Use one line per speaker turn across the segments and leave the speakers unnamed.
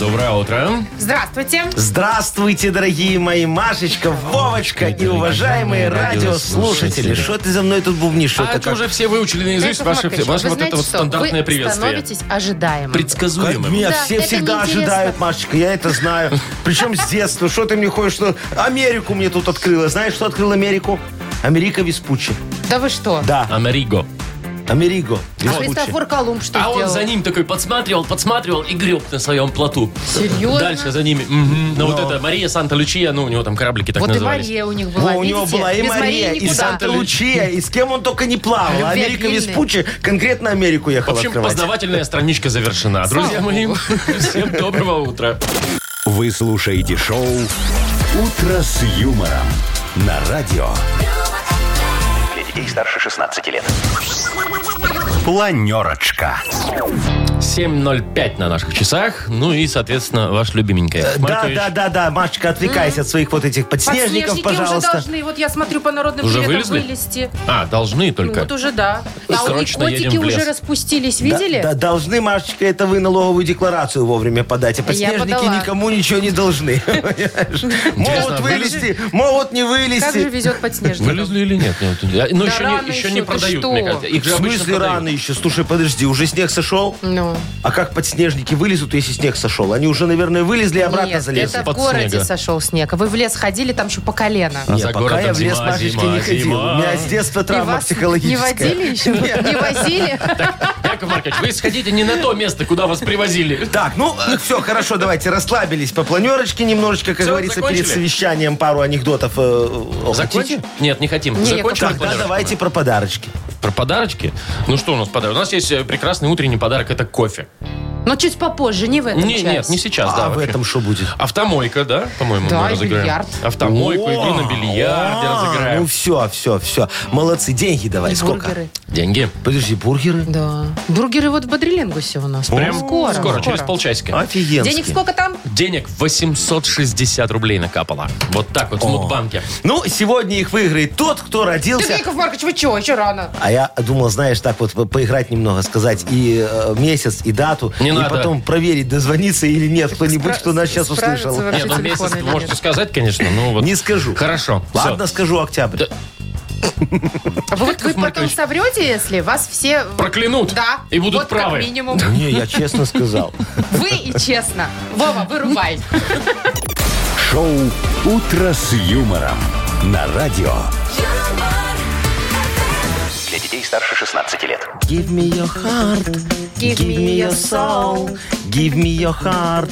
Доброе утро.
Здравствуйте.
Здравствуйте, дорогие мои Машечка, Вовочка и уважаемые радиослушатели. Что ты за мной тут бубнишь?
а
Это
это
как-
уже все выучили наизусть
Яков
ваше,
Маркович,
ваше
вы
вот
знаете
это вот
что?
стандартное
Вы
приветствие.
становитесь ожидаемым.
Предсказуемым.
Нет,
Да,
все
это
всегда
неинтересно.
ожидают, Машечка, я это знаю. Причем с детства. Что ты мне хочешь, что Америку мне тут открыла? Знаешь, что открыл Америку? Америка Веспуччи.
Да вы что?
Да,
Америго.
Америго
А
Веспуччи.
Христофор Колумб что
А
сделал?
он за ним такой подсматривал, подсматривал и греб на своем плоту.
Серьезно?
Дальше за ними. Мгм. Ну вот это Мария Санта-Лучия, ну у него там кораблики так
Вот и
назывались.
Мария у них была,
Во, у него
видите?
была и
Без
Мария,
Марии
и
никуда.
Санта-Лучия, и с кем он только не плавал. А
Любви
Америка
обильные.
Веспуччи конкретно Америку
В
ехала
общем,
открывать.
познавательная страничка завершена. Друзья мои, всем доброго утра.
Вы слушаете шоу «Утро с юмором» на радио. Для детей старше 16 лет. Планерочка.
7.05 на наших часах. Ну и, соответственно, ваш любименький. Яков
Э, Да,
Маркович.
да, да, да, Машечка, отвлекайся от своих вот этих подснежников,
Подснежники
пожалуйста.
уже должны, вот я смотрю по народным
Уже
приветам,
вылезли?
вылезти.
А, должны
Ну,
только.
Вот уже, да. А у них
Срочно едем
котики
в лес.
уже распустились,
Да,
видели?
Да, должны, Машечка, это вы налоговую декларацию вовремя подать. А подснежники
подала. а
никому ничего не должны. понимаешь? Могут вылезти, могут не
Как же
вылезти.
везет подснежникам.
Вылезли или нет? Нет, я- Ну,
Да
еще,
рано
не, еще
еще,
не
ты
продают,
что?
мне кажется. Их
В
же обычно
смысле
продают.
рано еще? Слушай, подожди, уже снег сошел?
Ну,
А как подснежники вылезут, если снег сошел? Они уже, наверное, вылезли и обратно
нет,
залезли.
это в
Под
городе
снега.
сошел снег. А Вы в лес ходили, там еще по колено.
А
Не,
за
пока
городом
я в лес
зима,
Машечки
зима,
не ходил.
зима.
У меня с детства
И
травма
вас не водили
психологическая.
еще? Не возили?
Яков Маркович, вы сходите не на то место, куда вас привозили.
Так, ну все, хорошо, давайте расслабились по планерочке немножечко, как
Всё,
говорится, перед
закончили?
совещанием пару анекдотов. э, э, хотите?
Закончим? Нет, не хотим.
Не,
Закончим
Яков
про
Маркович.
Тогда
подарочки?
давайте про подарочки.
Про подарочки? Ну что у нас подарок? У нас есть э, прекрасный утренний подарок, это кофе.
Но чуть попозже, не в этом
Не, нет, не
часе.
сейчас, да.
а в
вообще.
этом что будет?
Автомойка, да, по-моему,
Да,
мы
и
разыграем.
бильярд.
Автомойку, игру на бильярде
А,
разыграем.
Ну все, все, все. Молодцы, деньги давай. Сколько?
Бургеры.
Деньги.
Подожди, бургеры?
Да. Бургеры вот в Бодрилингусе у нас.
Прям
скоро.
через полчасика.
Офигенски.
Денег сколько там?
Денег 860 рублей накапало. Вот так вот в Мудбанке.
Ну, сегодня их выиграет тот, кто
Ты,
родился...
Ну, Яков Маркович, вы чего? Еще рано.
А я думал, знаешь, так вот по- поиграть немного, сказать и э, месяц, и дату,
Не
и
надо.
потом проверить, дозвонится или нет кто-нибудь,
Спра-
кто нас сейчас
справится
услышал.
вообще
Нет, ну
телефон
месяц
или нет?
можете сказать, конечно, но вот...
Не скажу.
Хорошо. всё.
Ладно, скажу октябрь.
А вот вы потом
Маркович.
соврете, если вас все...
Проклянут.
Да.
И будут
вот как
правы.
минимум.
Не, я честно сказал.
Вы и честно. Вова, вырубай.
Шоу «Утро с юмором» на радио. Для детей старше 16 лет.
Give me your heart,
Give me your soul,
give me your heart.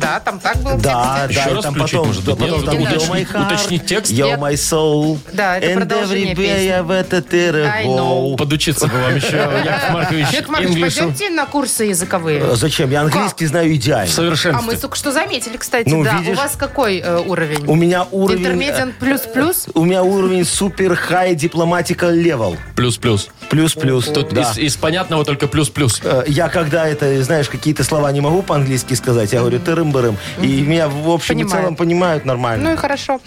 Да, там так было. в
Да,
тексте.
Еще
да, и
раз
там
включить,
потом,
может быть,
да, потом
нет?
там
Уточнить-
Yo my heart,
уточнить текст?
Yo
Нет.
my soul,
Да, это
and
продолжение
every
песни.
day I went to the
I know.
Подучиться бы вам еще, Яков Маркович,
Яков Маркович,
инглишу.
пойдемте на курсы языковые.
Э, Зачем? Я английский знаю
В
идеально.
А мы
совершенстве.
только что заметили, кстати,
Ну,
да. У
видишь?
вас какой э, уровень?
У меня уровень... э,
Интермедиан плюс-плюс?
У меня уровень супер хай дипломатика левел.
Плюс-плюс.
Плюс-плюс.
Тут
да.
из, из понятного только плюс-плюс.
Э, Я когда это, знаешь, какие-то слова не могу по-английски сказать, я говорю тырым-бырым. И меня в общем и
Понимаю.
целом понимают нормально.
Ну и хорошо.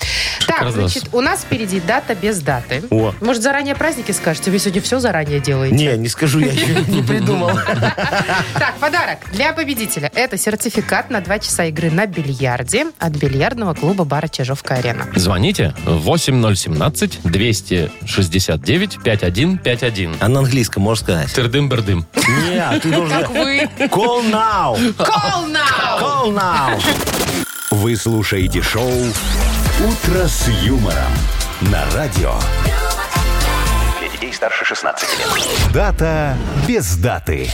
Так,
Шикардос.
значит, у нас впереди дата без даты.
О.
Может, заранее праздники скажете? Вы сегодня все заранее делаете?
Не, не скажу, я еще не придумал.
Так, подарок для победителя. Это сертификат на 2 часа игры на бильярде от бильярдного клуба бара «Чижовка-арена».
Звоните 8017-269-5151.
А на английском можешь сказать?
Тырдым-бердым.
Не, а ты должен...
Как вы?
Call now!
Call now!
Call now!
Вы слушаете шоу «Утро с юмором» на радио. Для детей старше 16 лет. Дата без даты.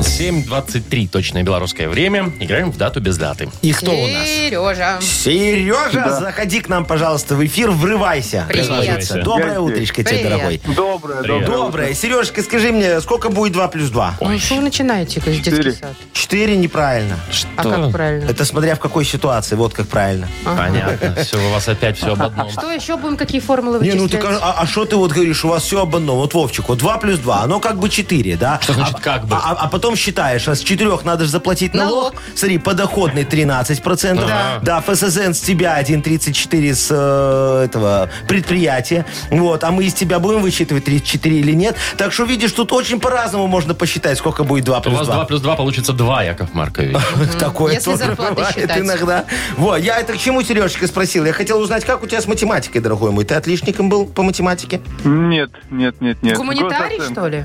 7.23 точное белорусское время. Играем в дату без даты.
И кто у нас?
Сережа.
Сережа, заходи к нам, пожалуйста, в эфир, врывайся.
Привет.
Пожалуйста. Доброе
Я
утречко тебе,
Привет.
дорогой.
Доброе,
Привет.
доброе.
Доброе. Сережка, скажи мне, сколько будет 2 плюс 2?
Ну, что вы начинаете, как детский
Четыре.
сад?
4 неправильно.
А как правильно?
Это смотря в какой ситуации, вот как правильно.
Понятно. Все, у вас опять все об одном.
Что еще будем, какие формулы
Не,
вычислять?
ну так а а что ты вот говоришь, у вас все об одном. Вот Вовчик, вот 2 плюс 2, оно как бы 4, да?
Что значит
А-
как бы?
А, а потом потом считаешь, а с четырех надо же заплатить налог.
Налог.
Смотри, подоходный 13%.
Да.
Да, ФССН с тебя 1,34 с э, этого предприятия. Вот, а мы из тебя будем вычитывать 34 или нет. Так что, видишь, тут очень по-разному можно посчитать, сколько будет 2
У
плюс
вас 2
2.
плюс 2 получится 2, Яков Маркович.
Такое
Если
тоже
зарплаты
бывает
считать.
иногда. Вот, я это к чему, Сережечка, спросил? Я хотел узнать, как у тебя с математикой, дорогой мой. Ты отличником был по математике?
Нет, нет, нет, нет.
Гуманитарий,
Госоцен.
что ли?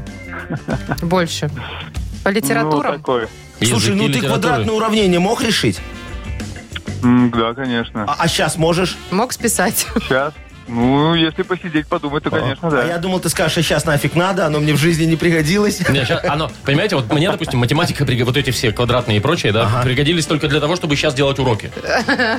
Больше. По
Ну,
литературам?
такой.
Слушай,
Языки
ну ты
литературы.
квадратное уравнение мог решить?
М, Да, конечно.
А, сейчас можешь?
Мог списать.
Сейчас. Ну, если посидеть, подумать, то, конечно,
А я
да.
думал, ты скажешь, а сейчас нафиг надо, оно мне в жизни не пригодилось.
Не, щас оно, понимаете, вот мне, допустим, математика, приг- вот эти все квадратные и прочие, да, пригодились только для того, чтобы сейчас делать уроки.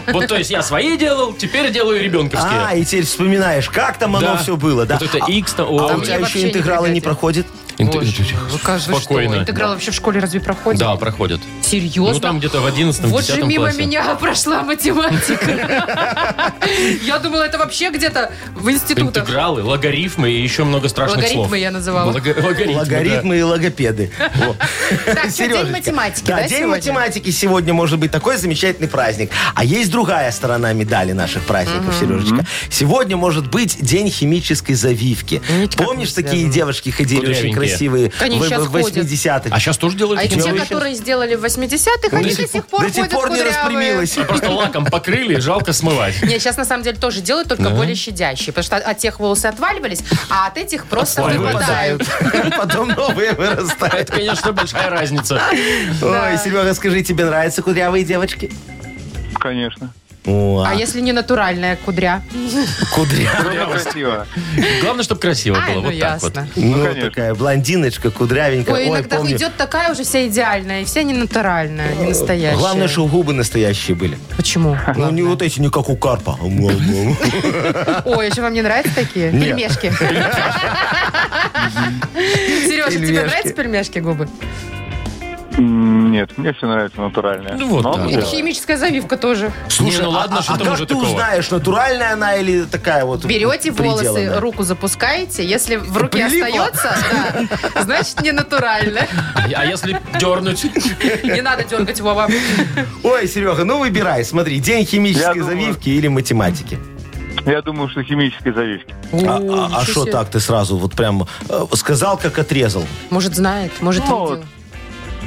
Вот, то есть, я свои делал, теперь делаю ребенковские.
А, и теперь вспоминаешь, как там оно
Да.
все было, да.
Вот это
А-
X, то
А
О.
у тебя
Мне вообще не
еще интегралы не
пригодится.
проходит?
Инте-
Боже мой, Ну, вы как- вы что,
Спокойно.
Интеграл вообще в школе разве проходит?
Да, проходят.
Серьезно?
Ну, там где-то в 11-м,
Вот же
10-м
мимо
классе.
меня прошла математика. Я думала, это вообще где-то в институтах.
Интегралы, логарифмы и еще много страшных
Логарифмы
слов.
я называла.
Лога- логарифмы, да.
Логарифмы и логопеды. Во.
Так, что, день
Сережечка.
математики,
Да,
да,
день
сегодня?
математики сегодня может быть такой замечательный праздник. А есть другая сторона медали наших праздников, Сережечка. Сегодня может быть день химической завивки.
Видите, как
Помнишь,
мы связаны?
такие девочки ходили очень
Кудрявенькие.
красивые в
Они щас
в- в
ходят.
80-х?
А сейчас тоже делают?
А
такие
те,
новые?
которые сделали в 80-х, они до сих пор
До сих
ходят
пор не
кудрявые.
распрямилась.
Просто лаком покрыли, жалко смывать.
Не, сейчас на самом деле тоже делают, только более щадящие, потому что от тех волосы отваливались, а от этих просто
Отваливаются.
выпадают.
Потом новые вырастают.
Это, конечно, большая разница.
Ой, Серега, скажи, тебе нравятся кудрявые девочки?
Конечно.
О,
А если не натуральная кудря?
кудрявые.
Ну, красиво.
Главное, чтобы красиво
Ай,
было.
ну
Вот так вот.
ясно.
Ну,
конечно.
такая блондиночка, кудрявенькая.
Ой,
Ой,
иногда
помню. Э,
идет такая уже вся идеальная, и вся не натуральная, не настоящая.
Главное, что губы настоящие были.
Почему?
Ну, не вот эти, не как у карпа.
Ой, а что вам не нравятся такие?
Нет.
Пельмешки. Сережа, тебе
Пельмешки.
нравятся пельмешки губы?
М, Нет, мне все нравится натуральное.
Ну, вот
Но
так.
И
дело.
химическая завивка тоже.
Не, ну ладно,
а,
что
а
там
как
уже
ты
такого?
узнаешь, натуральная она или такая вот
Берете волосы,
приделанная?
руку запускаете, если в руке
Прилипло.
остается, да, значит, не натурально.
А а если дернуть?
Не надо дергать Вова.
Ой, Серега, ну выбирай, смотри, день
Я
химической
думаю-
завивки или математики.
Я думаю, что химической завивки.
А- А
ничего
а что
себе.
так ты сразу вот прям э, сказал, как отрезал?
Может, знает, может,
Ну, вот.
видел.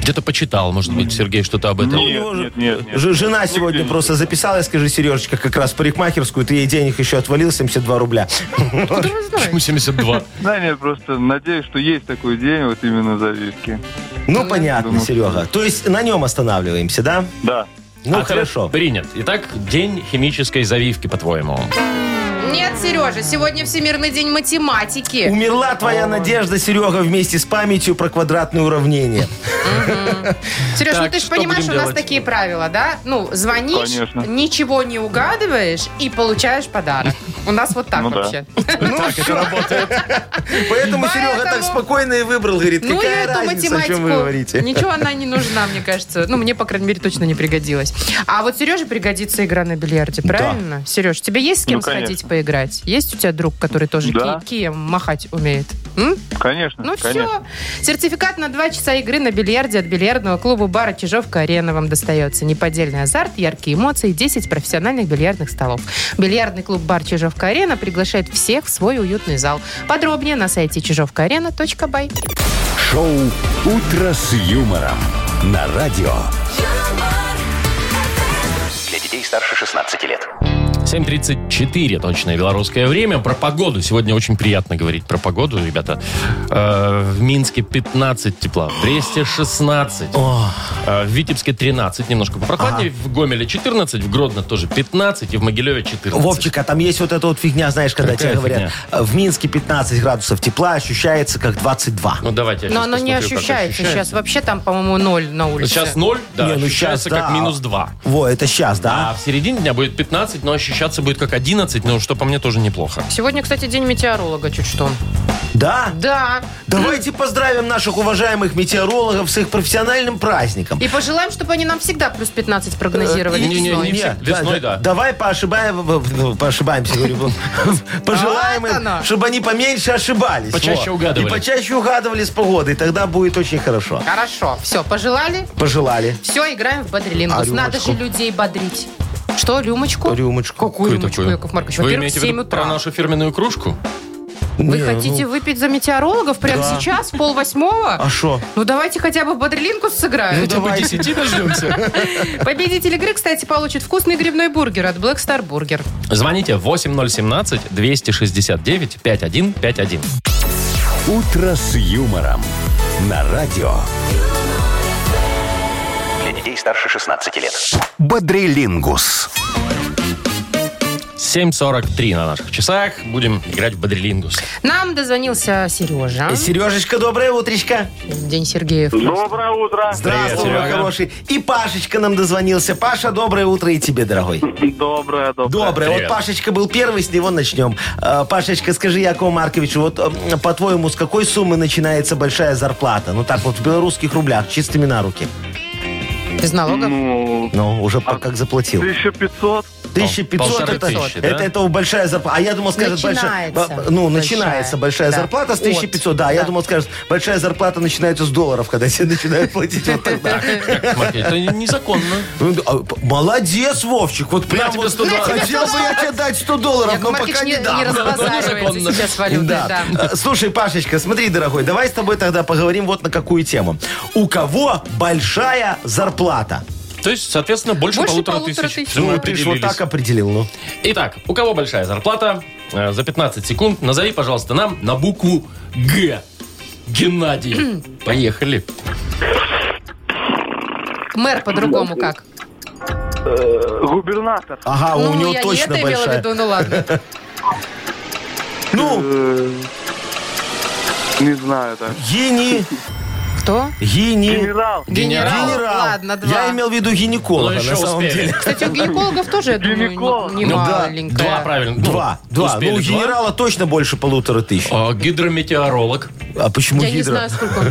Где-то почитал, может быть, Сергей что-то об этом.
Нет,
у него же-
нет, нет, нет.
Ж- Жена сегодня
не
просто записалась, скажи, Сережечка, как раз в парикмахерскую, ты ей денег еще отвалил, 72 рубля.
Кто его знает?
Почему 72?
Да, нет, просто надеюсь, что есть такой день, вот именно завивки.
Ну, понятно, Серега. То есть на нем останавливаемся, да?
Да.
Ну,
Ответ
хорошо.
А Принят. Итак, день химической завивки, по-твоему.
Нет, Сережа, сегодня Всемирный день математики.
Умерла твоя надежда, Серега, вместе с памятью про квадратные уравнения.
Сереж, ну
Так,
ты же
что
понимаешь, у
будем
нас
делать?
такие правила, да? Ну, звонишь,
Конечно.
ничего не угадываешь и получаешь подарок. У нас вот так
Ну да.
вообще.
Так это работает.
Поэтому Серега так
Поэтому-
спокойно и выбрал, говорит,
Ну и
какая
эту
разница, о чем вы
математику.
говорите.
Ничего она не нужна, мне кажется. Ну, мне, по крайней мере, точно не пригодилась. А вот Сереже пригодится игра на бильярде, правильно? Сереж, тебе есть с кем
Ну, конечно.
сходить поиграть? Есть у тебя друг, который тоже
Да.
ки- кием махать умеет? М?
Конечно,
Ну
конечно.
все. Сертификат на два часа игры на бильярде от бильярдного клуба бара Чижовка Арена вам достается. Неподдельный азарт, яркие эмоции, 10 профессиональных бильярдных столов. Бильярдный клуб бар Чижовка Арена приглашает всех в свой уютный зал. Подробнее на сайте чижовкаарена.бай.
Шоу «Утро с юмором» на радио.
Для детей старше 16 лет.
7.34 точное белорусское время. Про погоду. Сегодня очень приятно говорить про погоду, ребята. Э, В Минске 15 тепла, в Бресте 16, э, в Витебске 13, немножко попрохладнее, в Гомеле 14, в Гродно тоже 15 и в Могилеве 14.
Вовчик, а там есть вот эта вот фигня, знаешь, когда
Какая
тебе говорят,
фигня?
«Э, в Минске 15 градусов тепла, ощущается как 22.
Ну давайте я
Но
щас
оно не
посмотрю, как
ощущается. Сейчас вообще там, по-моему, ноль на улице.
Сейчас 0, да,
Не, ну
ощущается
щас,
как
да.
минус 2.
Во, это сейчас,
А
да?
в середине дня будет 15, но ощущаться будет как 11, но что по мне тоже неплохо.
Сегодня, кстати, день метеоролога чуть что.
Да?
Да.
Давайте поздравим наших уважаемых метеорологов с их профессиональным праздником.
И пожелаем, чтобы они нам всегда плюс 15 прогнозировали.
И- не-не-не,
весной.
не все. Весной, да.
Давай поошибаем, поошибаемся, говорю. Пожелаем
Вот оно.
им, чтобы они поменьше ошибались.
Почаще
Во.
угадывали.
И почаще угадывали с погодой. Тогда будет очень хорошо.
Хорошо, все, пожелали?
Пожелали.
Все, играем в бодрилингус.
А
Надо
рюмочку?
же людей бодрить. Что, рюмочку?
Рюмочку.
Какую рюмочку,
такую?
Яков Маркович?
Вы
Во-первых, в
имеете в
7
виду
утра.
про нашу фирменную кружку?
Вы
Не,
хотите
ну,
выпить за метеорологов прямо
Да.
сейчас, в пол восьмого?
А что?
Ну давайте хотя бы в бодрилингус сыграем.
Ну, давайте.
дождемся.
Победитель игры, кстати, получит вкусный грибной бургер от Black Star Burger.
Звоните 8017-269-5151.
«Утро с юмором» на радио.
Для детей старше 16 лет.
Бодрилингус.
7.43 на наших часах. Будем играть в Бодрилингус.
Нам дозвонился Сережа.
Э, Сережечка, доброе утречко.
День Сергеев.
Доброе утро.
Здравствуй, мой
Серега.
хороший. И Пашечка нам дозвонился. Паша, доброе утро и тебе, дорогой.
Доброе, доброе.
Доброе.
Привет.
Вот Пашечка был первый, с него начнем. Э, Пашечка, скажи, Якову Марковичу, вот э, по-твоему, с какой суммы начинается большая зарплата? Ну так вот, в белорусских рублях, чистыми на руки.
Без налогов.
Ну,
Ну, уже по- как заплатил.
1500.
1500
полторы
это,
тысячи, да?
это, это у большая зарплата. А я думал, скажет большая.
Начинается
ба- Ну,
большая,
начинается большая
да.
зарплата с 1500. Да, я
Да.
думал, скажет, большая зарплата начинается с долларов, когда тебе начинают платить вот тогда.
Маркель, Это незаконно.
Ну, да, а, п- Молодец, Вовчик. Вот прям
тебе
вот
100 долларов.
хотел бы я тебе дать 100 долларов,
Яков
но
Маркович
пока
не,
не
не
дам.
разбазаривается
Законно.
сейчас с валютой, да.
Э, Слушай, Пашечка, смотри, дорогой, давай с тобой тогда поговорим вот на какую тему. У кого большая зарплата?
То есть, соответственно, больше,
Больше
полутора,
полутора
тысяч.
тысяч.
Всё, мы
Ну, ты ж вот
определились.
так определил, ну.
Итак, у кого большая зарплата? Э, За 15 секунд назови, пожалуйста, нам на букву Г. Геннадий. Поехали.
Мэр по-другому как?
Губернатор.
Ага, А у
ну,
него
я
точно
не это имела в
большая.
виду, ну ладно.
Ну,
Э, Не знаю, так.
гени...
Кто?
Гени...
Генерал.
Генерал.
Генерал.
Ладно, два.
Я имел в виду
Ну,
гинеколога,
еще
на самом
успели.
деле.
Кстати, у гинекологов тоже, я думаю,
Гинеколог.
не- не
Ну, да.
маленькая.
Два, правильно. Ну,
Два. Два.
успели
ну, у
два.
генерала точно больше полутора тысяч.
А, гидрометеоролог.
А почему
Я не
гидро?
знаю, сколько он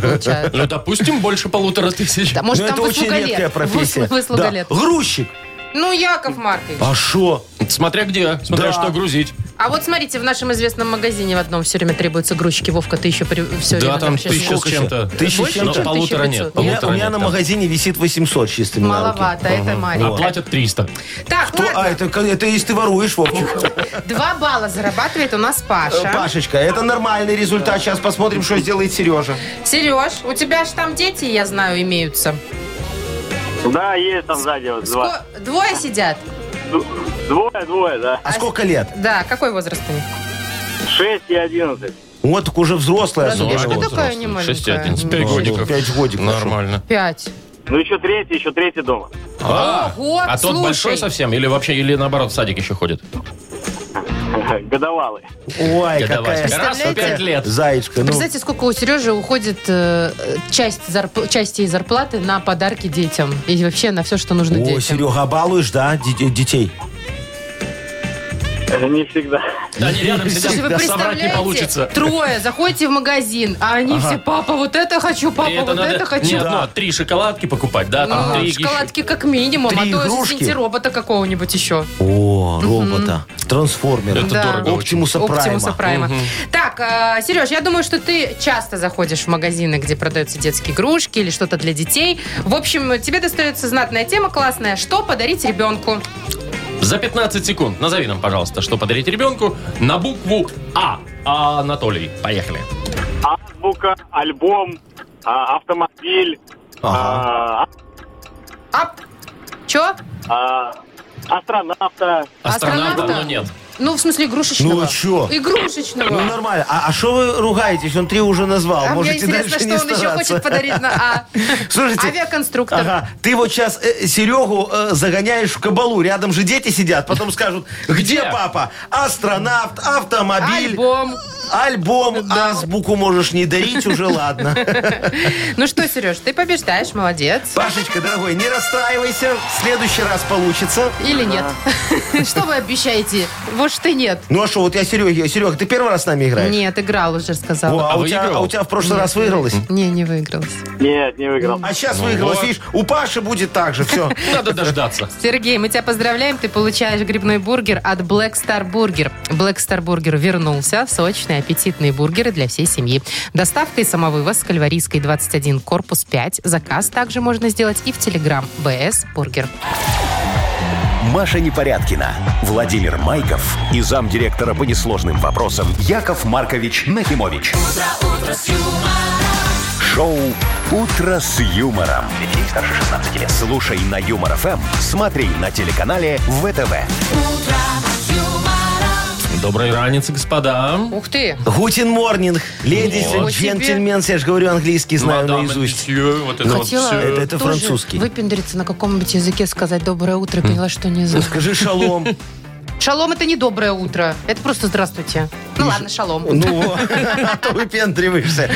получает.
Ну, допустим, больше полутора тысяч.
Да,
Ну,
может, там
это очень
выслуга
редкая
лет.
профессия.
Выс- Выслуга
Да.
лет.
Грузчик.
Ну, Яков Маркович.
А шо?
Смотря где, смотря
Да.
что грузить.
А вот смотрите, в нашем известном магазине в одном все время требуются грузчики. Вовка, ты еще при... все
Да,
время
там
сейчас-
тысяча с
ну, Сколько
чем-то.
же? Тысяча с
Но
чем-то?
полутора нет.
1500.
У меня,
полутора
у меня
нет,
на
да.
магазине висит 800 с чистыми на руки.
Маловато, это
А
маленько.
платят 300.
Так,
То- а,
ладно.
это, ка- это если ты воруешь, Вовчик.
Два балла зарабатывает у нас
Э,
Паша.
Пашечка, это нормальный результат. Сейчас посмотрим, что сделает Сережа.
Сереж, у тебя же там дети, я знаю, имеются.
Да, есть там сзади вот два.
Ско- Двое сидят.
Двое, двое, да.
А сколько лет?
Да, какой возраст у них?
Шесть и одиннцать.
вот так уже взрослая.
Ну,
судя
а
по
что
всему.
такое не маленькая?
6 11, 5
Ну,
годиков.
пять годиков.
Нормально.
Пять.
Ну еще третий, еще третий дома.
А,
Ого,
а тот
слушай.
большой совсем? Или вообще, или наоборот, в садик еще ходит?
Годовалый.
Ой,
Годовалый.
какая
Раз в
Представляете?
5 лет.
Зайчка, ну,
Представляете, сколько у Сережи уходит э, э, часть зарп- части из зарплаты на подарки детям и вообще на все, что нужно
о,
детям.
Серега, балуешь, да, ди- детей?
Не всегда.
Да, они рядом
То есть
сидят,
Вы
да, собрать не
представляете,
получится.
трое, заходите в магазин, а они все, папа, вот это хочу, папа,
И
вот это
не
хочу.
одно, а три шоколадки покупать, да?
Ну,
там три
шоколадки как минимум,
Три
а то
игрушки?
извините, робота какого-нибудь еще.
О, робота, трансформера,
Это
Да.
дорого очень.
Оптимуса
Оптимуса
Прайма.
Прайма. Так, Сереж, я думаю, что ты часто заходишь в магазины, где продаются детские игрушки или что-то для детей. В общем, тебе достается знатная тема классная. Что подарить ребенку?
За 15 секунд назови нам, пожалуйста, что подарить ребенку на букву А. Анатолий, поехали.
Азбука, альбом, а, автомобиль,
Ага.
а,
Ап. Че?
а, астронавта.
Астронавта,
Астронавта?
но нет.
Ну, в смысле, игрушечного.
Ну, а чё?
Игрушечного.
Ну, нормально. А что вы ругаетесь? Он три уже назвал.
а мне
Можете
интересно,
дальше не
что он еще
стараться.
хочет подарить на А.
Слушайте,
Авиаконструктор.
Ага, ты вот сейчас Серегу э, загоняешь в кабалу, рядом же дети сидят, потом скажут, где
Где?
папа? Астронавт, автомобиль.
Альбом.
Альбом, азбуку можешь не дарить, уже ладно.
Ну что, Сереж, ты побеждаешь, молодец.
Пашечка, дорогой, не расстраивайся. В следующий раз получится.
Или нет? Что вы обещаете? Вот что нет.
Ну а что, вот я Сереге, Серег, ты первый раз с нами играешь?
Нет, играл уже,
Во,
сказала.
а,
А
у тебя,
выиграл?
а у тебя в прошлый раз выигралось?
Не, не выигралась.
Нет, не выиграл.
А сейчас
Ну
выигралось,
вот.
видишь, у Паши будет так же, все.
Надо дождаться.
Сергей, мы тебя поздравляем. Ты получаешь грибной бургер от Black Star Burger. Black Star Burger вернулся. Сочные, аппетитные бургеры для всей семьи. Доставка и самовывоз с Кальварийской 21, корпус 5. Заказ также можно сделать и в Телеграм БС Бургер.
Маша Непорядкина, Владимир Майков и замдиректора по несложным вопросам Яков Маркович Нахимович. Шоу Утро с юмором. Детей старше 16 лет. Слушай на юмор ФМ, смотри на телеканале ВТВ.
Доброй раницы, господа.
Ух ты!
Гутин морнинг, леди
О,
и джентльмен, я же говорю, английский знаю
Мадам
наизусть.
Мсье, вот
Ну,
это вот
Хотела
всё.
Это- это
тоже
французский.
выпендриться на каком-нибудь языке, сказать «доброе утро», поняла, что не знаю.
Скажи шалом.
Шалом – это не «доброе утро», это просто «здравствуйте». Ну ладно, шалом.
Ну, вот, а то выпендриваешься.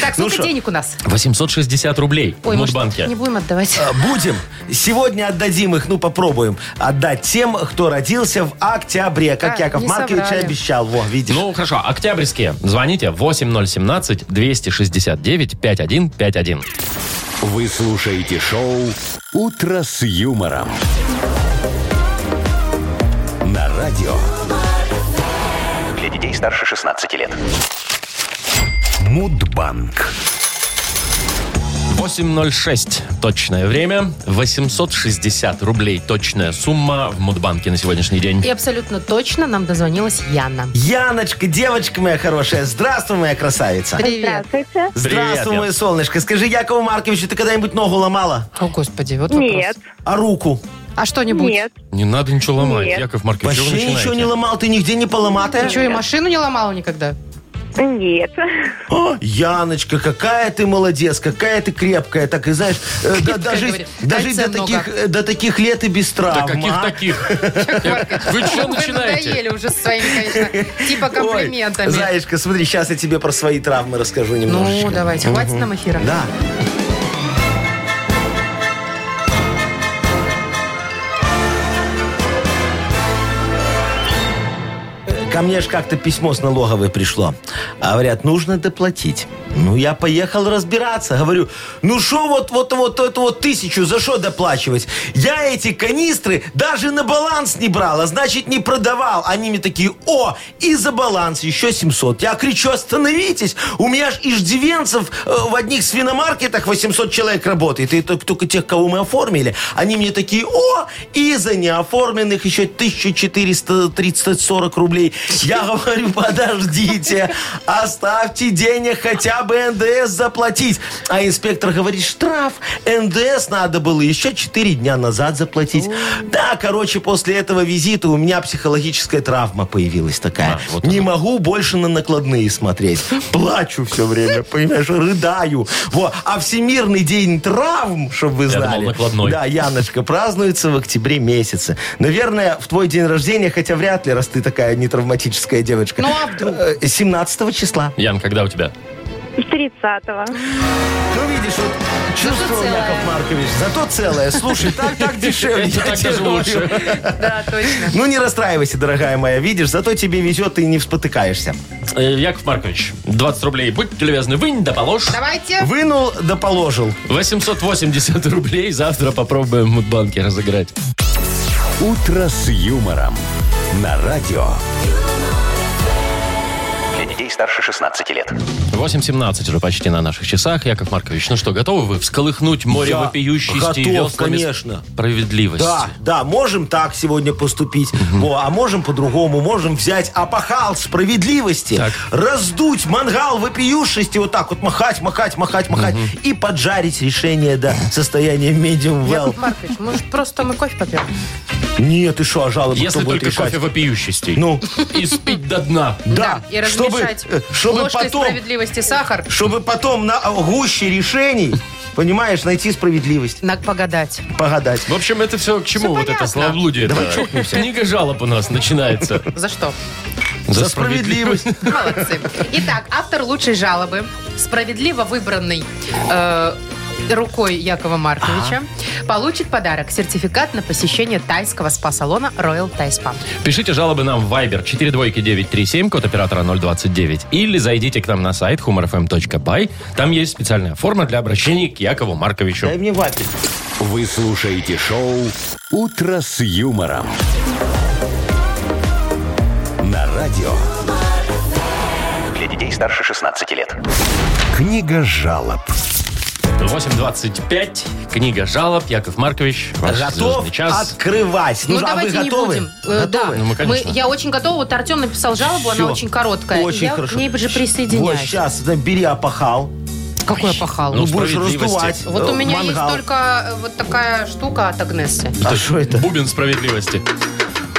Так,
ну
сколько
шо? ну,
денег у нас?
860 рублей в
Ой, может,
Мудбанке.
не будем отдавать.
А, Будем. Сегодня отдадим их, ну попробуем отдать тем, кто родился в октябре, как
А,
Яков
не
Маркович и
соврали.
обещал. Во, видишь.
Ну, хорошо, октябрьские. Звоните 8017-269-5151.
Вы слушаете шоу Утро с юмором. На радио
Для детей старше 16 лет.
Мудбанк.
8.06 точное время, 860 рублей точная сумма в Мудбанке на сегодняшний день.
И абсолютно точно нам дозвонилась Яна.
Яночка, девочка моя хорошая, здравствуй, моя красавица.
Привет.
Здравствуйте.
Привет,
Здравствуй,
Ян.
мое солнышко. Скажи, Якову Марковичу, ты когда-нибудь ногу ломала?
О, господи, вот вопрос.
Нет,
А руку?
А что-нибудь?
нет.
Не надо ничего ломать,
Нет.
Яков Маркович, чего вы
Вообще ничего
начинаете?
не ломал, ты нигде не
Ты
поломатая?
что, и машину не ломала никогда?
Нет.
О, Яночка, какая ты молодец, какая ты крепкая. Так и знаешь, э, да- дожить
говорит,
дожить
кольца
до таких, э, до таких лет и без
Да
травм.
каких
а?
таких? Вы что начинаете?
надоели уже со своими, конечно, типа
Ой,
комплиментами.
Зайчка, смотри, сейчас я тебе про свои травмы расскажу немножечко.
ну, давайте, хватит нам эфира.
Да. Ко мне ж как-то письмо с налоговой пришло. А Говорят, нужно доплатить. Ну, я поехал разбираться. Говорю, ну что вот, вот, вот эту вот тысячу, за что доплачивать? Я эти канистры даже на баланс не брал, а значит не продавал. Они мне такие, о, и за баланс еще 700. Я кричу, остановитесь, у меня ж иждивенцев э, в одних свиномаркетах 800 человек работает. И только, только тех, кого мы оформили. Они мне такие, о, и за неоформленных еще 1430-40 рублей. Я говорю, подождите, оставьте денег хотя бы НДС заплатить. А инспектор говорит, штраф, НДС надо было еще 4 дня назад заплатить. Да, короче, после этого визита у меня психологическая травма появилась такая.
А, вот
Не могу больше на накладные смотреть. Плачу все время, понимаешь, рыдаю. Во. А Всемирный день травм, чтобы вы
Я думал,
знали.
накладной.
Да, Яночка, празднуется в октябре месяце. Наверное, в твой день рождения, хотя вряд ли, раз ты такая нетравматическая девочка.
Ну, а вдруг?
Э, 17 числа.
Ян, когда у тебя?
С 30-го.
Ну, видишь, вот чувствовал,
целое.
Яков Маркович. Зато целое. Слушай, так, так дешевле.
Это Ну,
я
так
тебе
даже
говорю.
лучше.
Да, точно.
Ну, не расстраивайся, дорогая моя. Видишь, зато тебе везет, ты не вспотыкаешься.
Э, Яков Маркович, 20 рублей, будьте любезны, вынь да положь.
Давайте.
Вынул да положил.
880 рублей завтра попробуем в Мудбанке разыграть.
Утро с юмором. На радио
Для детей старше 16 лет.
8.17 уже почти на наших часах. Яков Маркович, ну что, готовы вы всколыхнуть море
Я
вопиющести и
готов,
веслами
конечно.
справедливости?
Да, да, можем так сегодня поступить, Во, а можем по-другому, можем взять опахал справедливости,
Так.
раздуть мангал вопиюшести, вот так вот махать, махать, махать, махать, и поджарить решение до состояния medium well.
Яков Маркович, может, просто мы кофе попьем?
Нет, и что, а жалобы кто
Если
будет
только
решать?
кофе вопиющестей.
Ну,
И спить до дна.
да,
И
чтобы,
размешать
э, чтобы
ложкой
потом,
справедливости сахар.
чтобы потом на гуще решений, понимаешь, найти справедливость,
Надо погадать.
погадать.
В общем, это все к чему
Всё
вот это
понятно.
словоблудие? Давай чокнемся. Книга жалоб у нас начинается.
За что?
За справедливость.
Молодцы. Итак, автор лучшей жалобы, справедливо выбранный э, рукой Якова Марковича, получит подарок. Сертификат на посещение тайского спа-салона Royal Thai Spa.
Пишите жалобы нам в Viber 42937, код оператора 029. Или зайдите к нам на сайт humorfm.by. Там есть специальная форма для обращения к Якову Марковичу.
Дай мне вафель.
Вы слушаете шоу «Утро с юмором». На радио
Для детей старше 16 лет.
«Книга жалоб».
8.25, книга жалоб, Яков Маркович, ваш
Готов
звездный час.
открывать.
Ну,
Ну, а вы
давайте не
готовы?
будем. Э, Да.
Ну, мы, конечно.
я очень готова. Вот Артем написал жалобу,
Всё.
она очень короткая.
Очень
я
хорошо.
к ней же
Вот
присоединяюсь.
сейчас бери опахал.
Какой опахал.
Ну,
Ну, будешь
справедливости.
раздувать.
вот
э,
у меня
мангал.
есть только э, вот такая штука от Агнессы.
А что это?
Бубен справедливости.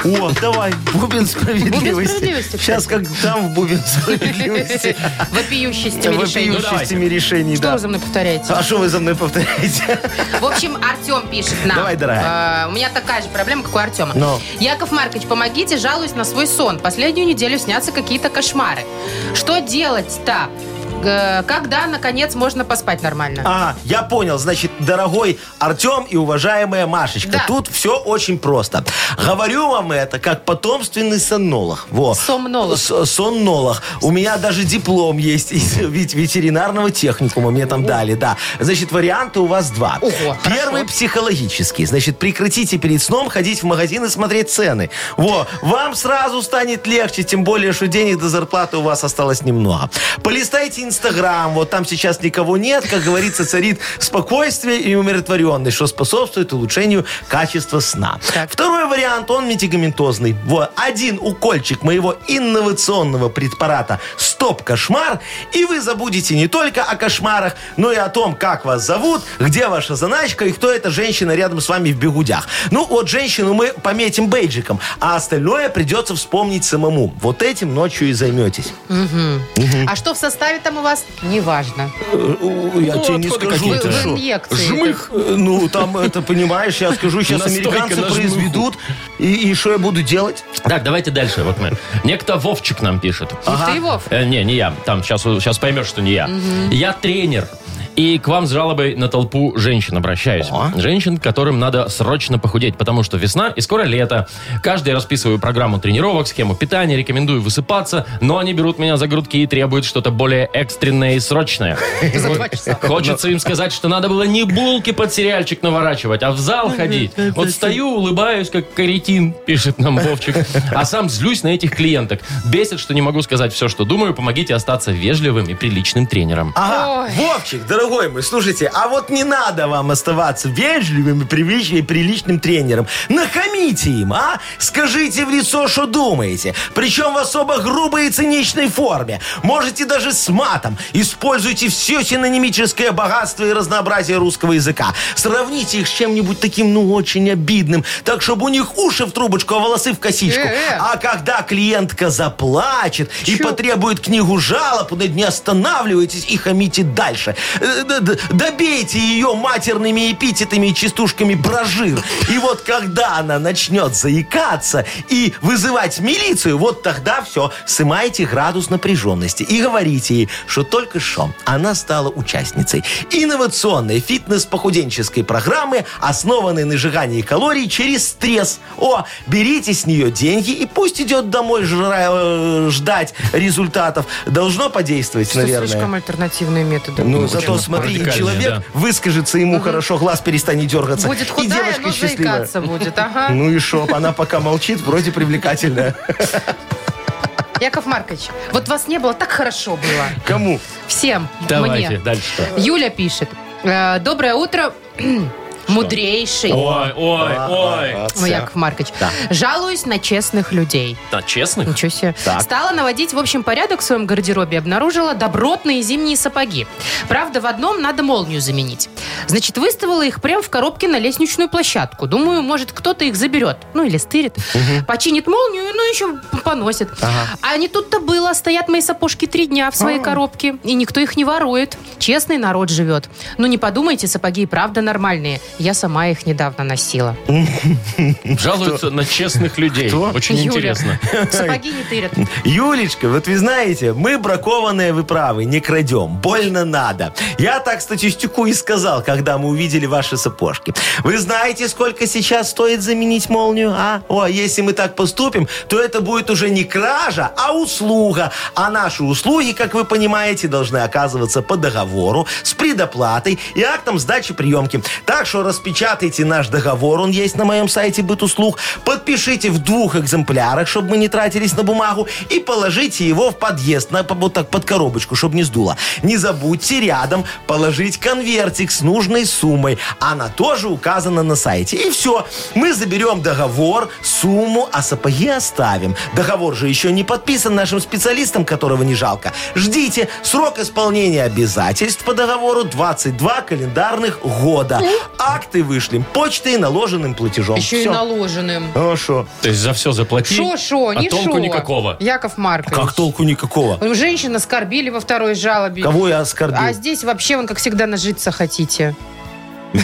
О, давай, бубен справедливости.
Бубен справедливости,
Сейчас как там в бубен справедливости.
Вопиющестями
Ну,
решениями.
Вопиющими решений,
Что
да.
вы за мной повторяете?
А что вы за мной повторяете?
В общем, Артем пишет нам.
Давай, дорогая. Ну.
Э, у меня такая же проблема, как у Артема.
Но.
Яков Маркович, помогите, жалуюсь на свой сон. Последнюю неделю снятся какие-то кошмары. Что делать-то? Э, Когда, наконец, можно поспать нормально?
А, я понял. Значит, дорогой Артем и уважаемая Машечка,
Да.
тут все очень просто. Говорю вам это как потомственный соннолог. Во.
Сомнолог.
С- соннолог. У меня даже диплом есть из вет- ветеринарного техникума. Мне там дали, да. Значит, варианты у вас два.
Ого,
Первый психологический. Значит, прекратите перед сном ходить в магазин и смотреть цены. Во, вам сразу станет легче, тем более, что денег до зарплаты у вас осталось немного. Полистайте Инстаграм, вот там сейчас никого нет, как говорится, царит спокойствие и умиротворенность, что способствует улучшению качества сна.
Так.
Второй вариант, он медикаментозный. Вот, один укольчик моего инновационного препарата «Стоп-кошмар», и вы забудете не только о кошмарах, но и о том, как вас зовут, где ваша заначка и кто эта женщина рядом с вами в бегудях. Ну, вот женщину мы пометим бейджиком, а остальное придется вспомнить самому. Вот этим ночью и займетесь.
А что в составе там у вас? Неважно.
Я тебе не
отходы
скажу,
Вы,
какие-то.
ты
вы
шо?
инъекции.
Жмых.
Э, Ну, там, это, понимаешь, я скажу, сейчас
Настойка
американцы
на жмыху.
произведут, и что я буду делать?
Так, давайте дальше. Вот мы. Некто Вовчик нам пишет.
Ух ты, Вов.
Э, не, не я. Там сейчас, сейчас поймешь, что не я. Я тренер. И к вам с жалобой на толпу женщин обращаюсь. Женщин, которым надо срочно похудеть, потому что весна и скоро лето. Каждый расписываю программу тренировок, схему питания, рекомендую высыпаться, но они берут меня за грудки и требуют что-то более экстренное и срочное.
За два часа.
Хочется им сказать, что надо было не булки под сериальчик наворачивать, а в зал ходить. Вот стою, улыбаюсь, как каретин, пишет нам Вовчик. А сам злюсь на этих клиенток. Бесит, что не могу сказать все, что думаю. Помогите остаться вежливым и приличным тренером.
А
Ага,
Ой.
Вовчик, дорогой мой, слушайте, а вот не надо вам оставаться вежливым и прилич- и приличным тренером. Нахамите им, а? Скажите в лицо, что думаете. Причем в особо грубой и циничной форме. Можете даже с матом. Используйте все синонимическое богатство и разнообразие русского языка. Сравните их с чем-нибудь таким, ну, очень обидным. Так, чтобы у них уши в трубочку, а волосы в косичку.
Э-э.
А когда клиентка заплачет и потребует книгу жалоб, вы не останавливайтесь и хамите дальше. Э, д- д- Добейте ее матерными эпитетами и частушками про жир. И вот когда она начнет заикаться и вызывать милицию, вот тогда все, снимайте градус напряженности и говорите ей, что только что она стала участницей инновационной фитнес-похуденческой программы, основанной на сжигании калорий через стресс. О, берите с нее деньги и пусть идет домой жра- э, ждать результатов. Должно подействовать,
Что
наверное.
слишком альтернативные методы.
Ну,
Ну,
зато
конечно,
смотри,
радикальнее,
человек
да.
выскажется ему хорошо, глаз перестанет дергаться.
Будет
и
худая,
девочка
но
счастливая.
заикаться будет. Ага.
Ну и шо, она пока молчит, вроде привлекательная.
Яков Маркович, вот вас не было, так хорошо было.
Кому?
Всем.
Давайте
Мне.
дальше. что?
Юля пишет. «Э, Доброе утро, мудрейший.
Ой, ой, ой.
Ой, Яков Маркович. Жалуюсь на честных людей.
Да, честных?
Ничего себе. Стала наводить, в общем, порядок в своем гардеробе. Обнаружила добротные зимние сапоги. Правда, в одном надо молнию заменить. Значит, выставила их прям в коробке на лестничную площадку. Думаю, может, кто-то их заберет. Ну, или стырит. Починит молнию, ну, еще поносит. А не тут-то было. Стоят мои сапожки три дня в
А.
своей коробке. И никто их не ворует. Честный народ живет. Ну, не подумайте, сапоги и правда нормальные. Я сама их недавно носила.
Жалуются на честных людей. Очень
Юля.
интересно.
Сапоги не тырят.
Юлечка, вот вы знаете, мы бракованные вы правы, не крадем. Больно надо. Я так статистику и сказал, когда мы увидели ваши сапожки. Вы знаете, сколько сейчас стоит заменить молнию? А? О, если мы так поступим, то это будет уже не кража, а услуга. А наши услуги, как вы понимаете, должны оказываться по договору, с предоплатой и актом сдачи приемки. Так что распечатайте наш договор, он есть на моем сайте «Бытуслуг». Подпишите в двух экземплярах, чтобы мы не тратились на бумагу, и положите его в подъезд, на, вот так под коробочку, чтобы не сдуло. Не забудьте рядом положить конвертик с нужной суммой. Она тоже указана на сайте. И все. Мы заберем договор, сумму, а сапоги оставим. Договор же еще не подписан нашим специалистам, которого не жалко. Ждите. Срок исполнения обязательств по договору 22 календарных года. Акты вышлем почтой, наложенным платежом.
Еще и
Всё.
наложенным.
Ну, шо?
То есть за все заплати,
Шо-шо,
а
не шо.
толку никакого.
Яков Маркович.
Как толку никакого.
Женщин оскорбили во второй жалобе.
Кого я оскорбил?
А здесь вообще, вон, как всегда, нажиться хотите.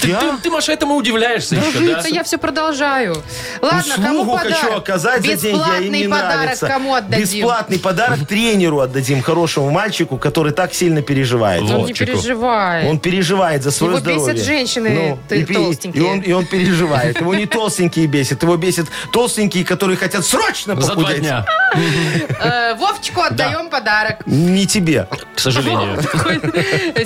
Я?
Ты, ты, Маша, этому удивляешься еще, да?
Житься я все продолжаю. Ладно, кому
Услугу
подарок?
Ну, хочу оказать за деньги, а им
Бесплатный
не
подарок
нравится.
кому отдадим?
Бесплатный подарок тренеру отдадим, хорошему мальчику, который так сильно переживает.
Вот.
Он не
Вовчику.
переживает.
Он переживает за свое
Его бесят
здоровье. Ну,
женщины ты-
и пе-
толстенькие.
И он, и он переживает. Его не толстенькие бесит, его бесит толстенькие, которые хотят срочно
За два
похудеть.
дня,
Э, Вовчику отдаем подарок.
Не тебе.
к сожалению.
Такой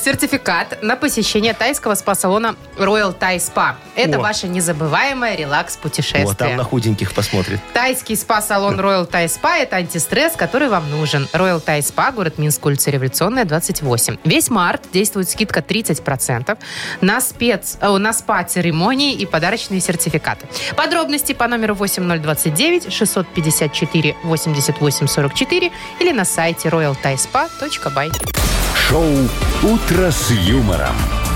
Сертификат на посещение тайского спа-салона Royal Thai Spa. Это
О.
ваше незабываемое релакс-путешествие.
Вот там на худеньких посмотрит.
Тайский спа-салон Royal Thai Spa – это антистресс, который вам нужен. Royal Thai Spa, город Минск, улица Революционная, 28. Весь март действует скидка 30% на, спец, э, на спа-церемонии и подарочные сертификаты. Подробности по номеру 8029-654-8844 или на сайте royalthaispa.by.
Шоу «Утро с юмором»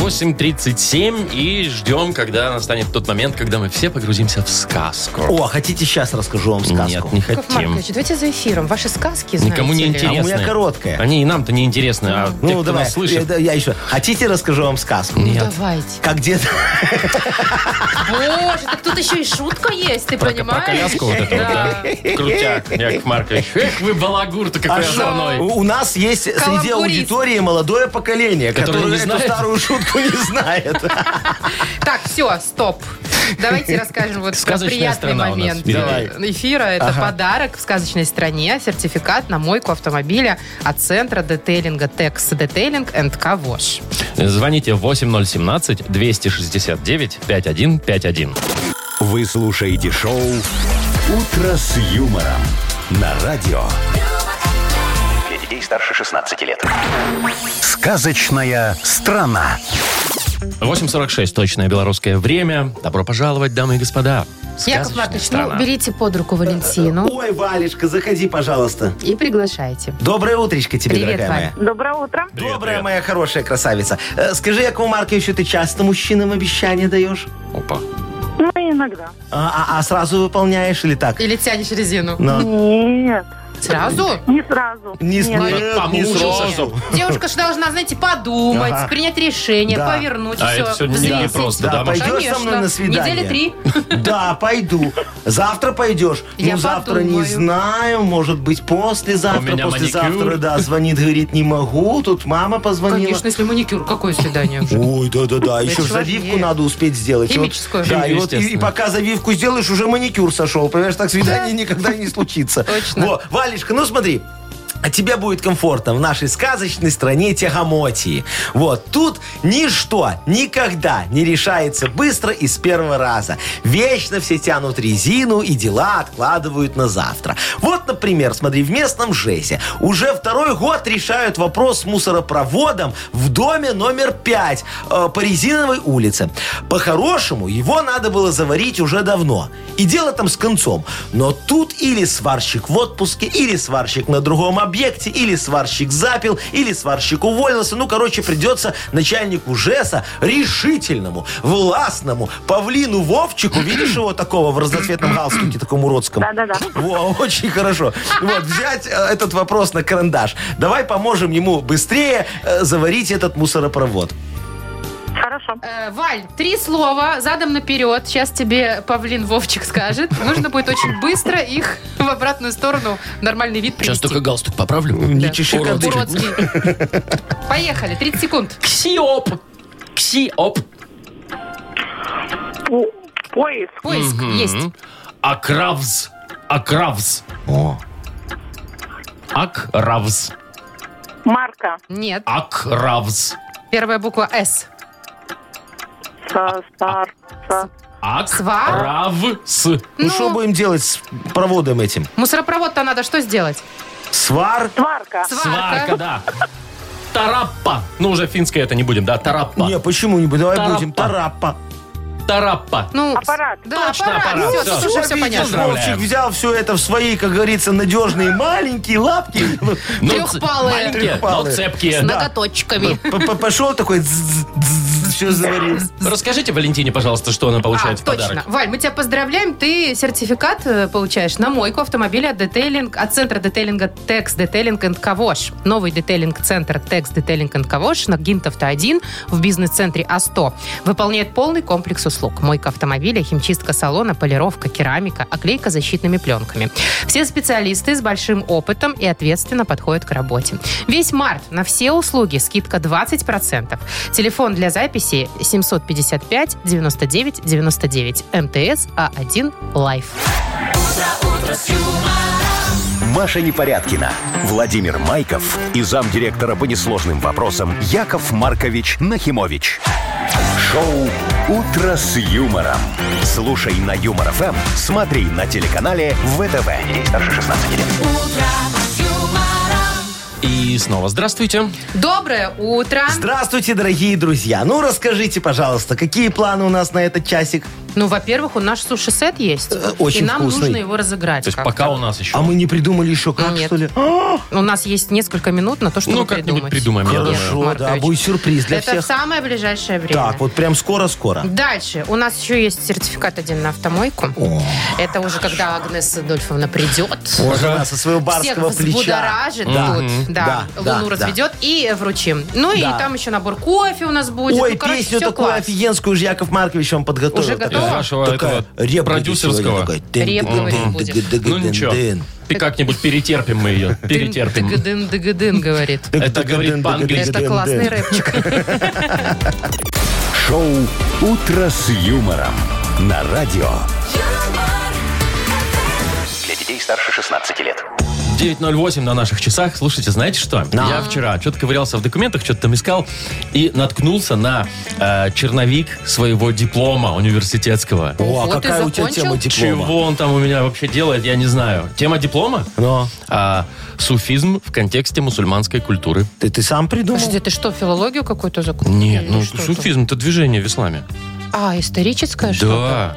8.37 и ждем, когда настанет тот момент, когда мы все погрузимся в сказку.
О, а хотите сейчас расскажу вам сказку?
Нет, не
Яков
хотим.
Маркович, давайте за эфиром. Ваши сказки, знаете
Никому не
ли.
интересно.
А у меня короткая.
Они и нам-то не интересны, а те,
Ну,
кто
давай.
нас слышит.
Я, я еще. Хотите, расскажу вам сказку?
Ну, давайте.
Как дед...
Боже, так тут еще и шутка есть, ты
Про, про
понимаешь?
коляску вот эту, вот, да? Крутяк, Яков Маркович. Эх, вы балагур-то
А
какой
что?
озорной.
У у нас есть среди
Каламбурист.
аудитории молодое поколение,
Которое
которое,
не
эту
знает.
старую шутку не знает.
Так, все, стоп. Давайте расскажем вот про
Сказочная
приятный
страна у нас
момент
впереди.
Давай.
эфира. Это подарок в сказочной стране, сертификат на мойку автомобиля от центра детейлинга Текс Детейлинг НК ВОЖ.
Звоните 8017-269-5151.
Вы слушаете шоу «Утро с юмором» на радио.
Для детей старше 16 лет.
Сказочная страна.
8.46, точное белорусское время. Добро пожаловать, дамы и господа.
Яков
Сказочная
Маркович, ну,
страна.
берите под руку Валентину
Ой, Валечка, заходи, пожалуйста.
и приглашайте.
Доброе утречко тебе,
Привет,
дорогая
Валя.
моя.
Доброе утро.
Привет,
Добрая
привет.
моя хорошая красавица. Э, Скажи, Якову Марковичу, ты часто мужчинам обещания даешь?
Опа.
Ну, иногда.
А, а- а сразу выполняешь или так?
Или тянешь резину.
Ну.
Нет,
Сразу?
не сразу.
Не, с-
Нет.
нет, не
Поможешь.
сразу.
Девушка же должна, знаете, подумать,
Ага.
принять решение,
Да.
повернуть
А
все.
это всё не- непросто, да,
Да,
Маша?
пойдешь со мной на свидание?
Недели три.
Да, пойду. Завтра пойдешь?
Я
ну, завтра не
подумаю.
знаю, может быть,
У
послезавтра,
меня маникюр.
послезавтра, да, звонит, говорит, не могу, тут мама позвонила.
Конечно, если маникюр, какое свидание уже?
Ой, да-да-да, еще
ж
завивку
важнее.
надо успеть сделать. И вот-
Химическую.
да, и, вот, и- и
Естественно.
пока завивку сделаешь, уже маникюр сошел. Понимаешь, так свидание никогда и не случится.
Точно.
Во, Валечка, ну смотри. А тебе будет комфортно в нашей сказочной стране Тягомотии. Вот тут ничто никогда не решается быстро и с первого раза. Вечно все тянут резину и дела откладывают на завтра. Вот, например, смотри, в местном ЖЭСе уже второй год решают вопрос с мусоропроводом в доме номер 5 э, по резиновой улице. По-хорошему, его надо было заварить уже давно. И дело там с концом. Но тут или сварщик в отпуске, или сварщик на другом объекте объекте, или сварщик запил, или сварщик уволился. Ну, короче, придется начальнику ЖЭСа решительному, властному, павлину Вовчику, видишь его такого в разноцветном галстуке, таком уродском?
Да-да-да.
Во, очень хорошо. Вот, взять э, этот вопрос на карандаш. Давай поможем ему быстрее э, заварить этот мусоропровод.
Хорошо.
Э, Валь, три слова задом наперед. Сейчас тебе Павлин Вовчик скажет. Нужно будет очень быстро их в обратную сторону в нормальный вид привести.
Сейчас только галстук поправлю.
Не чеши
Уродский.
кадык.
Уродский. Поехали, 30 секунд.
Ксиоп. Ксиоп.
По- Поиск.
Поиск есть.
Акравз. Акравз.
О,
Акравз.
Марка.
Нет.
Акравз.
Первая буква С.
Со- Стар. со-
Акравс.
Ну, что будем делать с проводом этим?
Мусоропровод-то надо что сделать?
Свар?
Сварка.
Сварка, да. Тараппа. Ну, уже финское это не будем, да? Тараппа.
Не, почему не? Давай
Тараппа.
будем. Тараппа.
Тараппа.
Ну,
Аппарат.
с- Да,
Точно,
аппарат.
аппарат.
Все,
Всё,
тут уже все понятно.
Поздравляем.
Вовчик взял все это в свои, как говорится, надежные маленькие лапки.
Ну, ц-
Трёхпалые.
маленькие,
Трёхпалые.
но цепкие.
С ноготочками.
Пошел такой, все заварил.
Расскажите Валентине, пожалуйста, что она получает
а,
в
точно.
подарок.
Валь, мы тебя поздравляем. Ты сертификат э, получаешь на мойку автомобиля от детейлинг, от центра детейлинга Текс Детейлинг энд Кавош. Новый детейлинг-центр Текс Детейлинг энд Кавош на Гинтовта 1 в бизнес-центре А100. Выполняет полный комплекс услуг. Мойка автомобиля, химчистка салона, полировка, керамика, оклейка защитными пленками. Все специалисты с большим опытом и ответственно подходят к работе. Весь март на все услуги скидка 20%. Телефон для записи 755 99 99 МТС А1 А Лайф.
Маша Непорядкина, Владимир Майков и замдиректора по несложным вопросам Яков Маркович Нахимович. Шоу «Утро с юмором». Слушай на Юмор ФМ, смотри на телеканале ВТВ. Здесь старше 16 лет.
И снова здравствуйте.
Доброе утро.
Здравствуйте, дорогие друзья. Ну, расскажите, пожалуйста, какие планы у нас на этот часик?
Ну, во-первых, у нас суши-сет есть.
Э, очень
И нам
вкусный.
нужно его разыграть.
То есть
как-то.
пока у нас еще.
А мы не придумали еще как,
Нет.
что ли?
У нас есть несколько минут на то, чтобы
Ну, как-нибудь придумаем, я думаю.
Хорошо, да,
Маркович.
будет сюрприз для
Это
всех.
в самое ближайшее время.
Так, вот прям скоро-скоро.
Дальше. У нас еще есть сертификат один на автомойку. Это уже когда Агнес Адольфовна придет.
Уже она со своего
Всех
барского плеча.
взбудоражит
Да.
тут, да,
Да, да,
луну
да.
разведет и вручим. Ну
Да.
и там еще набор кофе у нас будет.
Ой,
Ну, короче,
песню
всё
такую
класс.
офигенскую же Яков Маркович вам подготовил.
Уже
Такая-
Из
готово?
вашего
такая
этого
реп будет сегодня,
продюсерского.
такая. Дын,
Реп,
дын,
говорю,
дын,
будет.
дын, дын,
Ну
дын,
ничего,
дын.
ты как-нибудь перетерпим мы ее. Перетерпим.
Дыгдын, дыгдын, говорит.
Это говорит по-английски.
Это классный рэпчик.
Шоу «Утро с юмором» на радио.
Для детей старше 16 лет.
9.08 на наших часах. Слушайте, знаете что? Я вчера что-то ковырялся в документах, что-то там искал и наткнулся на э, черновик своего диплома университетского.
О, а
Вот и
какая у тебя
закончил.
тема диплома?
Чего он там у меня вообще делает, я не знаю. Тема диплома?
Но
А, суфизм в контексте мусульманской культуры.
ты, ты сам придумал?
Подожди, ты что, филологию какую-то закончил?
Нет,
Или
ну
что
суфизм это движение в исламе.
это? А, историческое что-то?
Да.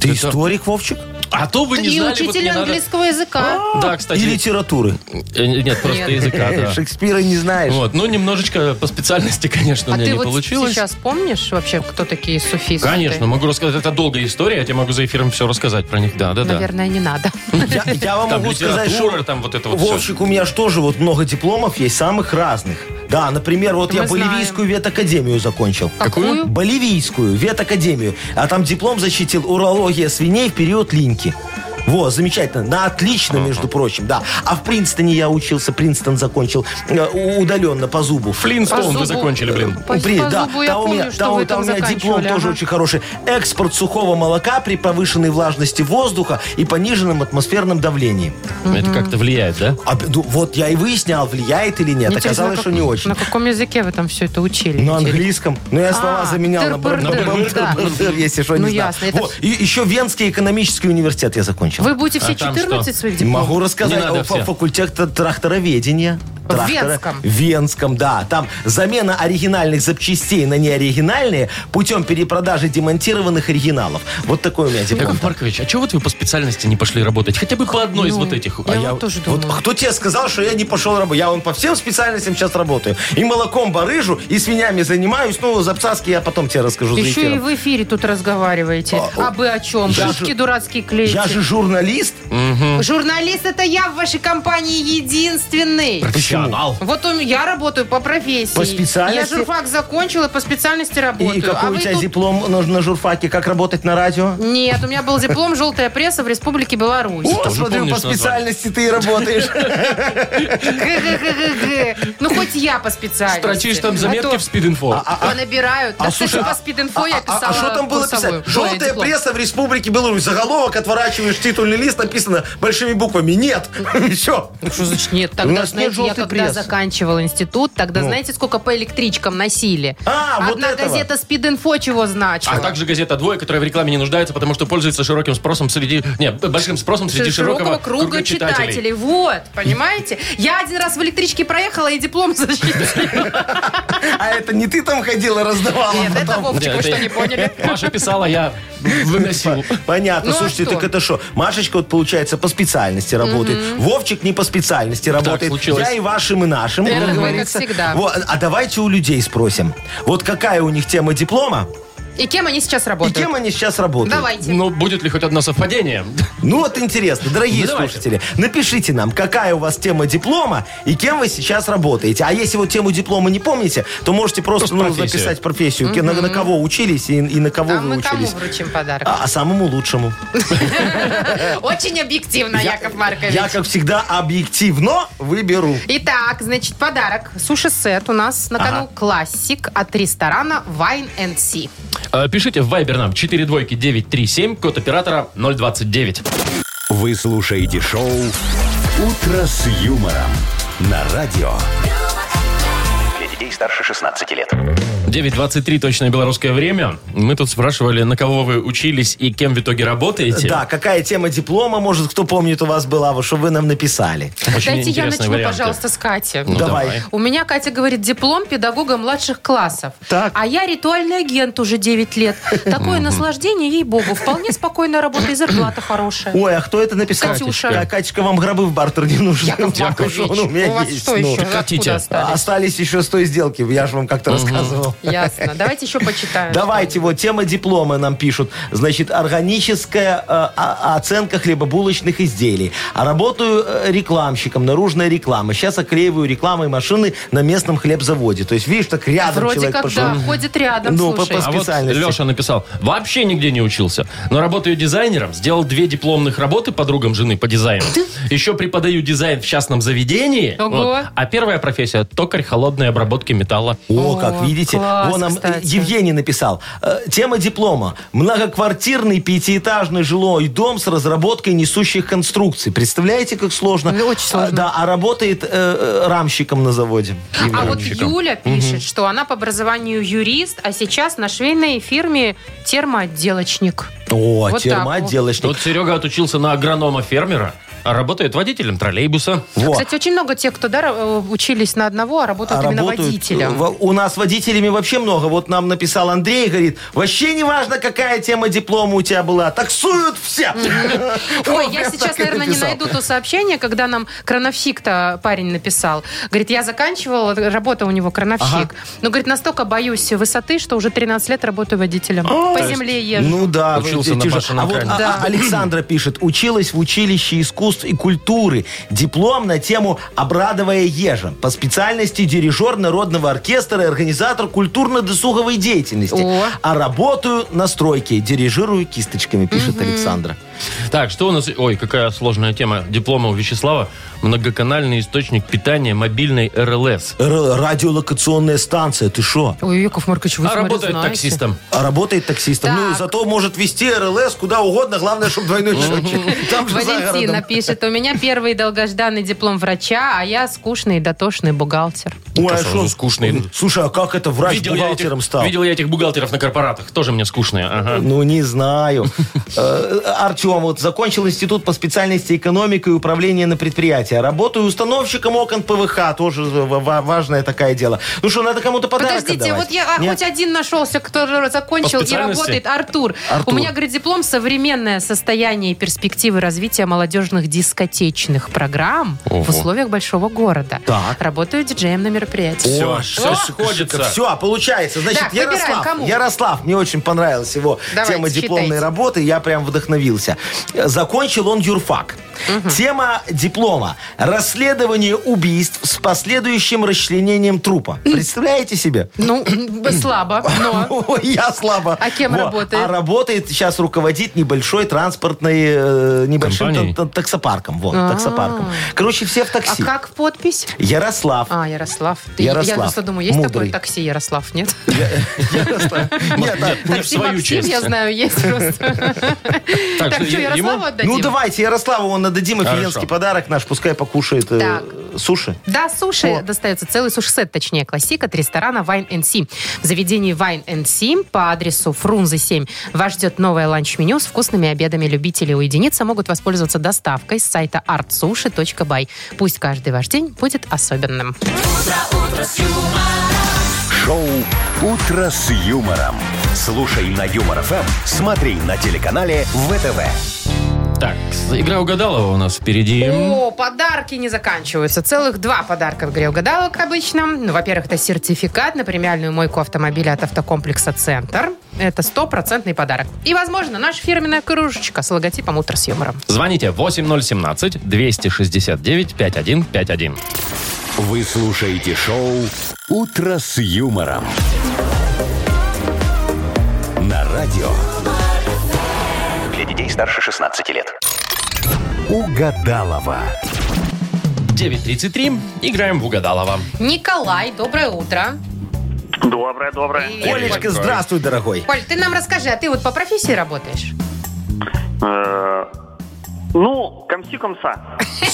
Ты
Это-
историк, Вовчик?
А то вы не
И
знали, вот
учитель
не надо- А,
английского языка.
Да, кстати.
И литературы.
э, Нет, просто
Нет.
языка, да.
Шекспира не знаешь.
Вот, ну немножечко по специальности, конечно, у
А
меня
ты
не
вот
получилось.
сейчас помнишь вообще, кто такие суфисты?
Конечно, могу рассказать. Это долгая история, я тебе могу за эфиром все рассказать про них. Да, да, да.
Наверное, не надо.
Я, я вам
Там
могу сказать,
литература,
ну,
что
там вот это вот всё.
Вовчик, у меня же тоже вот много дипломов есть, самых разных. Да, например, вот я
Мы знаем.
боливийскую ветакадемию закончил.
Какую?
Боливийскую ветакадемию. А там диплом защитил урология свиней в период линьки. Во, замечательно. На отлично, между прочим, да. А в Принстоне я учился, Принстон закончил э, удаленно по зубу.
По
Флинстоун
зубу.
вы закончили, блин.
По,
При-
по
да,
зубу я
там у
помню,
меня,
что
там-
вы
там
там
у меня диплом
заканчивали,
тоже
ага.
очень хороший. Экспорт сухого молока при повышенной влажности воздуха и пониженном атмосферном давлении.
Это как-то влияет, да?
А, ну, вот я и выяснял, влияет или нет.
Ну, Интересно,
Оказалось,
на
что
как-
не очень.
На каком языке вы там все это учили?
На
интересно?
английском. Ну, я слова
А,
заменял на бар- на
тыр-пыр-дыр,
бар-
да.
тыр-пыр-дыр, если что,
Ну,
не знаю.
ясно, это
Во,
ж-
И еще Венский экономический университет я закончил.
Вы будете все
А там
14
что?
своих дипломов?
Могу рассказать
Не надо
о фа-
все.
факультете трактороведения. трактора.
Венском.
Венском, да. Там замена оригинальных запчастей на неоригинальные путем перепродажи демонтированных оригиналов. Вот такой у меня диплом.
Яков Маркович, а чего вот вы по специальности не пошли работать? Хотя бы по одной из
Ну,
вот этих.
я
А
вот
я-
тоже
Вот,
думаю.
а кто тебе сказал, что я не пошел работать? Я вон по всем специальностям сейчас работаю. И молоком барыжу, и свинями занимаюсь. Ну, за абцаски я потом тебе расскажу за
Еще и
эфиром.
в эфире тут разговариваете. А, бы о чем?
Я
Шутки
же-
дурацкие клеите.
Я же журналист.
Ну,
Журналист это я в вашей компании единственный.
Профессионал.
Вот он- я работаю по профессии.
По специальности?
Я журфак закончила, по специальности работаю.
И какой
А
у
вы
тебя
тут-
диплом на, на журфаке? Как работать на радио?
Нет, у меня был диплом «Желтая пресса» в Республике Беларусь.
О,
тоже
смотрю,
помнишь
ну, по
название.
специальности ты и работаешь.
Г-г-г-г-г. Ну, хоть я по специальности.
Строчишь А
А
там заметки в спид-инфо.
Понабирают. Да, кстати,
А, слушай,
по спид-инфо я
А-
писала
А что там было
курсовую.
писать? Желтая
Ой, диплом.
пресса в Республике Беларусь. Заголовок отворачиваешь, титульный лист написано большими буквами. Нет. Все.
Ну, что значит нет?
У
Тогда,
нас нет
знаете, я
желтой
когда
прессы. Ну.
заканчивала институт, тогда знаете, сколько по электричкам носили?
А, вот
Одна
этого.
газета «Спид-инфо» чего значила?
А также газета «Двое», которая в рекламе не нуждается, потому что пользуется широким спросом среди... Не, б- большим спросом среди широкого,
круга, читателей. Вот, понимаете? Я один раз в электричке проехала и диплом защитила.
А это не ты там ходила, раздавала
Нет,
потом?
это Вовчик, вы
Нет,
что,
это-
не поняли?
Маша писала, я выносил.
Понятно.
Ну, а
Слушайте,
что?
так это что? Машечка вот получается по специальности работает. Вовчик не по специальности работает.
случилось.
Я и вашим, и нашим.
Это
как
мы, как
говорится.
всегда.
Во, а давайте у людей спросим. Вот какая у них тема диплома
И кем они сейчас
и
работают?
кем они сейчас работают?
Давайте.
Но Ну, будет ли хоть одно совпадение?
Ну вот интересно, дорогие
Ну, давайте.
слушатели, напишите нам, какая у вас тема диплома и кем вы сейчас работаете. А если вот тему диплома не помните, то можете просто,
Просто
ну,
профессию.
написать профессию, ке- на, на кого учились и, и на кого
А
вы
мы кому
учились.
вручим подарок?
А, а самому лучшему.
Очень объективно, Яков Маркович.
Я, как всегда, объективно выберу.
Итак, значит, подарок. Суши-сет у нас на кону классик от ресторана Wine and Sea.
Э, Пишите в Viber нам 42937, код оператора 029.
Вы слушаете шоу «Утро с юмором» на радио.
Для детей старше 16 лет.
9.23 точное белорусское время. Мы тут спрашивали, на кого вы учились и кем в итоге работаете.
Да, какая тема диплома, может, кто помнит, у вас была, вот, чтобы вы нам написали.
Очень
Дайте я
интересные
начну,
варианты.
пожалуйста, с Кати.
Ну,
Давай.
У меня, Катя говорит, диплом педагога младших классов.
Так.
А я ритуальный агент уже 9 лет. Такое наслаждение, ей-богу. Вполне спокойная работа и зарплата хорошая.
Ой, а кто это написал?
Катюша.
Ка- Катечка, вам гробы в бартер не нужны.
Яков
Потому что он у меня
у вас
есть,
что
ну.
еще?
Хотите?
Откуда остались?
Остались еще с той сделки, я же вам как-то рассказывал.
Ясно. Давайте еще почитаем.
Давайте, вот тема диплома нам пишут. Значит, органическая э, а- оценка хлебобулочных изделий. А работаю э, рекламщиком, наружная реклама. Сейчас оклеиваю рекламой машины на местном хлебзаводе. То есть, видишь, так рядом
Вроде
человек
как,
пошел.
да, ходит рядом,
Ну,
слушай.
по- по-
А вот
специальности.
Леша написал, вообще нигде не учился, но работаю дизайнером, сделал две дипломных работы подругам жены по дизайну. Еще преподаю дизайн в частном заведении.
Ого.
Вот. А первая профессия – токарь холодной обработки металла.
О,
О, как видите.
класс,
Вон нам э,
кстати.
Евгений написал. Э, Тема диплома. Многоквартирный пятиэтажный жилой дом с разработкой несущих конструкций. Представляете, как сложно?
Ну, очень сложно.
А, Да, а работает э, э, рамщиком на заводе.
А вот
Ивановщиком.
Юля пишет, что она по образованию юрист, а сейчас на швейной фирме термоотделочник.
О,
Вот так
термоотделочник.
Вот Серега отучился на агронома-фермера, а работает водителем троллейбуса.
Во.
Кстати, очень много тех, кто да, ра- учились на одного, а работают
А
именно
работают, э,
водителем.
во- У нас водителями вообще много. Вот нам написал Андрей, говорит, вообще не важно, какая тема диплома у тебя была. Таксуют все.
Ой, я
Прям
сейчас,
так и
наверное, не
написал.
найду то сообщение, когда нам крановщик-то парень написал. Говорит, я заканчивал, работа у него крановщик. Но, говорит, настолько боюсь высоты, что уже 13 лет работаю водителем. По земле езжу.
А, Ну да,
Учился
вот
на
тяжело.
башенном
А вот,
кране.
а,
Да.
а, Александра пишет: училась в училище искусств и культуры. Диплом на тему Обрадовая ежа. По специальности дирижер народного оркестра и организатор культурно-досуговой деятельности.
О.
А работаю на стройке. Дирижирую кисточками, пишет Александра.
Так, что у нас... Ой, какая сложная тема диплома у Вячеслава. Многоканальный источник питания мобильной РЛС.
Р- радиолокационная станция, ты шо?
Ой, Яков Маркович, вы
а
смотрю,
работает
знаете.
таксистом.
А Работает таксистом. Ну,
Так.
зато может вести РЛС куда угодно, главное, чтобы двойной счетчик. Там же за
Валентина
городом.
пишет, у меня первый долгожданный диплом врача, а я скучный и дотошный бухгалтер.
Ой, а
Сразу
шо?
скучный.
Слушай, а как это врач
я
бухгалтером
этих,
стал?
Ну.
видел я этих бухгалтеров на корпоратах. Тоже мне скучные. Ага.
Ну, не знаю. Ну, Э, Арчи Артем, вот закончил институт по специальности экономика и управление на предприятия. Работаю установщиком окон ПВХ, тоже ва- ва- важное такое дело. Ну что, надо кому-то подарок
Подождите,
отдавать?
вот я а,
Нет?
хоть один нашелся, кто же закончил
По
и
специальности?
работает. Артур.
Артур.
У меня, говорит, диплом «Современное состояние и перспективы развития молодежных дискотечных программ в
Ого.
условиях большого города».
Так.
Работаю диджеем на мероприятии.
Все,
О,
все
о,
сходится.
Все, получается. Значит,
Так, выбираем,
Ярослав.
кому?
Ярослав, мне очень понравилась его
Давайте,
тема дипломной
читайте.
работы. Я прям вдохновился. Закончил он юрфак. Тема диплома. Расследование убийств с последующим расчленением трупа. Представляете себе?
Ну, слабо, но...
Ой, я слабо.
А кем работает?
А работает, сейчас руководит небольшой транспортной, э, небольшим
Компанией?
та- та- таксопарком. Вот, таксопарком. Короче, все в
А
такси.
как подпись?
Ярослав.
А, Ярослав. Ты- Я
Ярослав.
просто думаю, есть
Мудрый.
такой такси Ярослав, нет?
Ярослав. Нет, а-
Нет, не в
Такси
свою
Максим,
честь.
я знаю, есть просто.
Так,
Так, что,
е- ему-
Ярославу отдадим?
Ну, давайте Ярославу он отдадим
Хорошо.
офигенский подарок наш. Пускай покушает э,
Так.
суши.
Да, суши достается целый суши-сет, точнее, классик от ресторана Wine Си. В заведении Wine Си по адресу Фрунзе 7 вас ждет новое ланч-меню с вкусными обедами. Любители уединиться могут воспользоваться доставкой с сайта artsushi.by. Пусть каждый ваш день будет особенным.
Шоу «Утро с юмором». Слушай на Юмор ФМ, смотри на телеканале ВТВ.
Так, с- игра угадалова у нас впереди.
О, подарки не заканчиваются. Целых два подарка в игре угадалок обычно. Ну, во-первых, это сертификат на премиальную мойку автомобиля от автокомплекса «Центр». Это стопроцентный подарок. И, возможно, наша фирменная кружечка с логотипом «Утро с юмором».
Звоните 8017-269-5151.
Вы слушаете шоу «Утро с юмором». На радио
Для детей старше 16 лет.
«Угадалова».
9.33. Играем в угадалова.
Николай, доброе утро.
Доброе, доброе.
Привет,
Колечка,
Коль.
здравствуй, дорогой.
Коль, ты нам расскажи, а ты вот по профессии работаешь?
Э, Ну, комси комса.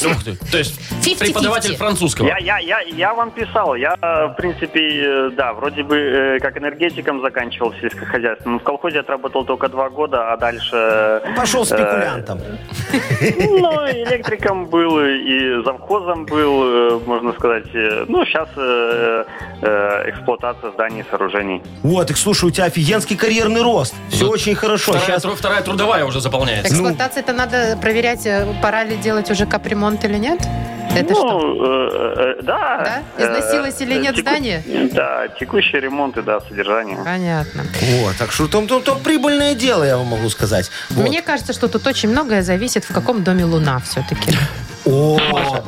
Ух ты. То есть
50-50.
преподаватель французского.
Я, я, я, я вам писал. Я, э, в принципе, э, да, вроде бы э, как энергетиком заканчивал сельское хозяйство. Но в колхозе отработал только два года, а дальше... э,
Пошел спекулянтом.
Ну, электриком был и завхозом был, э, можно сказать. э, Ну, сейчас эксплуатация зданий и сооружений.
Вот, так слушай, у тебя офигенский карьерный рост. Все
Ну,
очень хорошо.
Вторая,
Сейчас
тру- вторая трудовая уже заполняется.
Эксплуатация это надо проверять, э, пора ли делать уже капремонт или нет? Это
ну,
что?
э, э, да.
Да? Износилось
Э,
или
э,
нет здание?
Да, текущие ремонты, да, содержание.
Понятно.
Вот, так что там, там, там прибыльное дело, я вам могу сказать. Вот.
Мне кажется, что тут очень многое зависит, в каком доме луна все-таки.
О,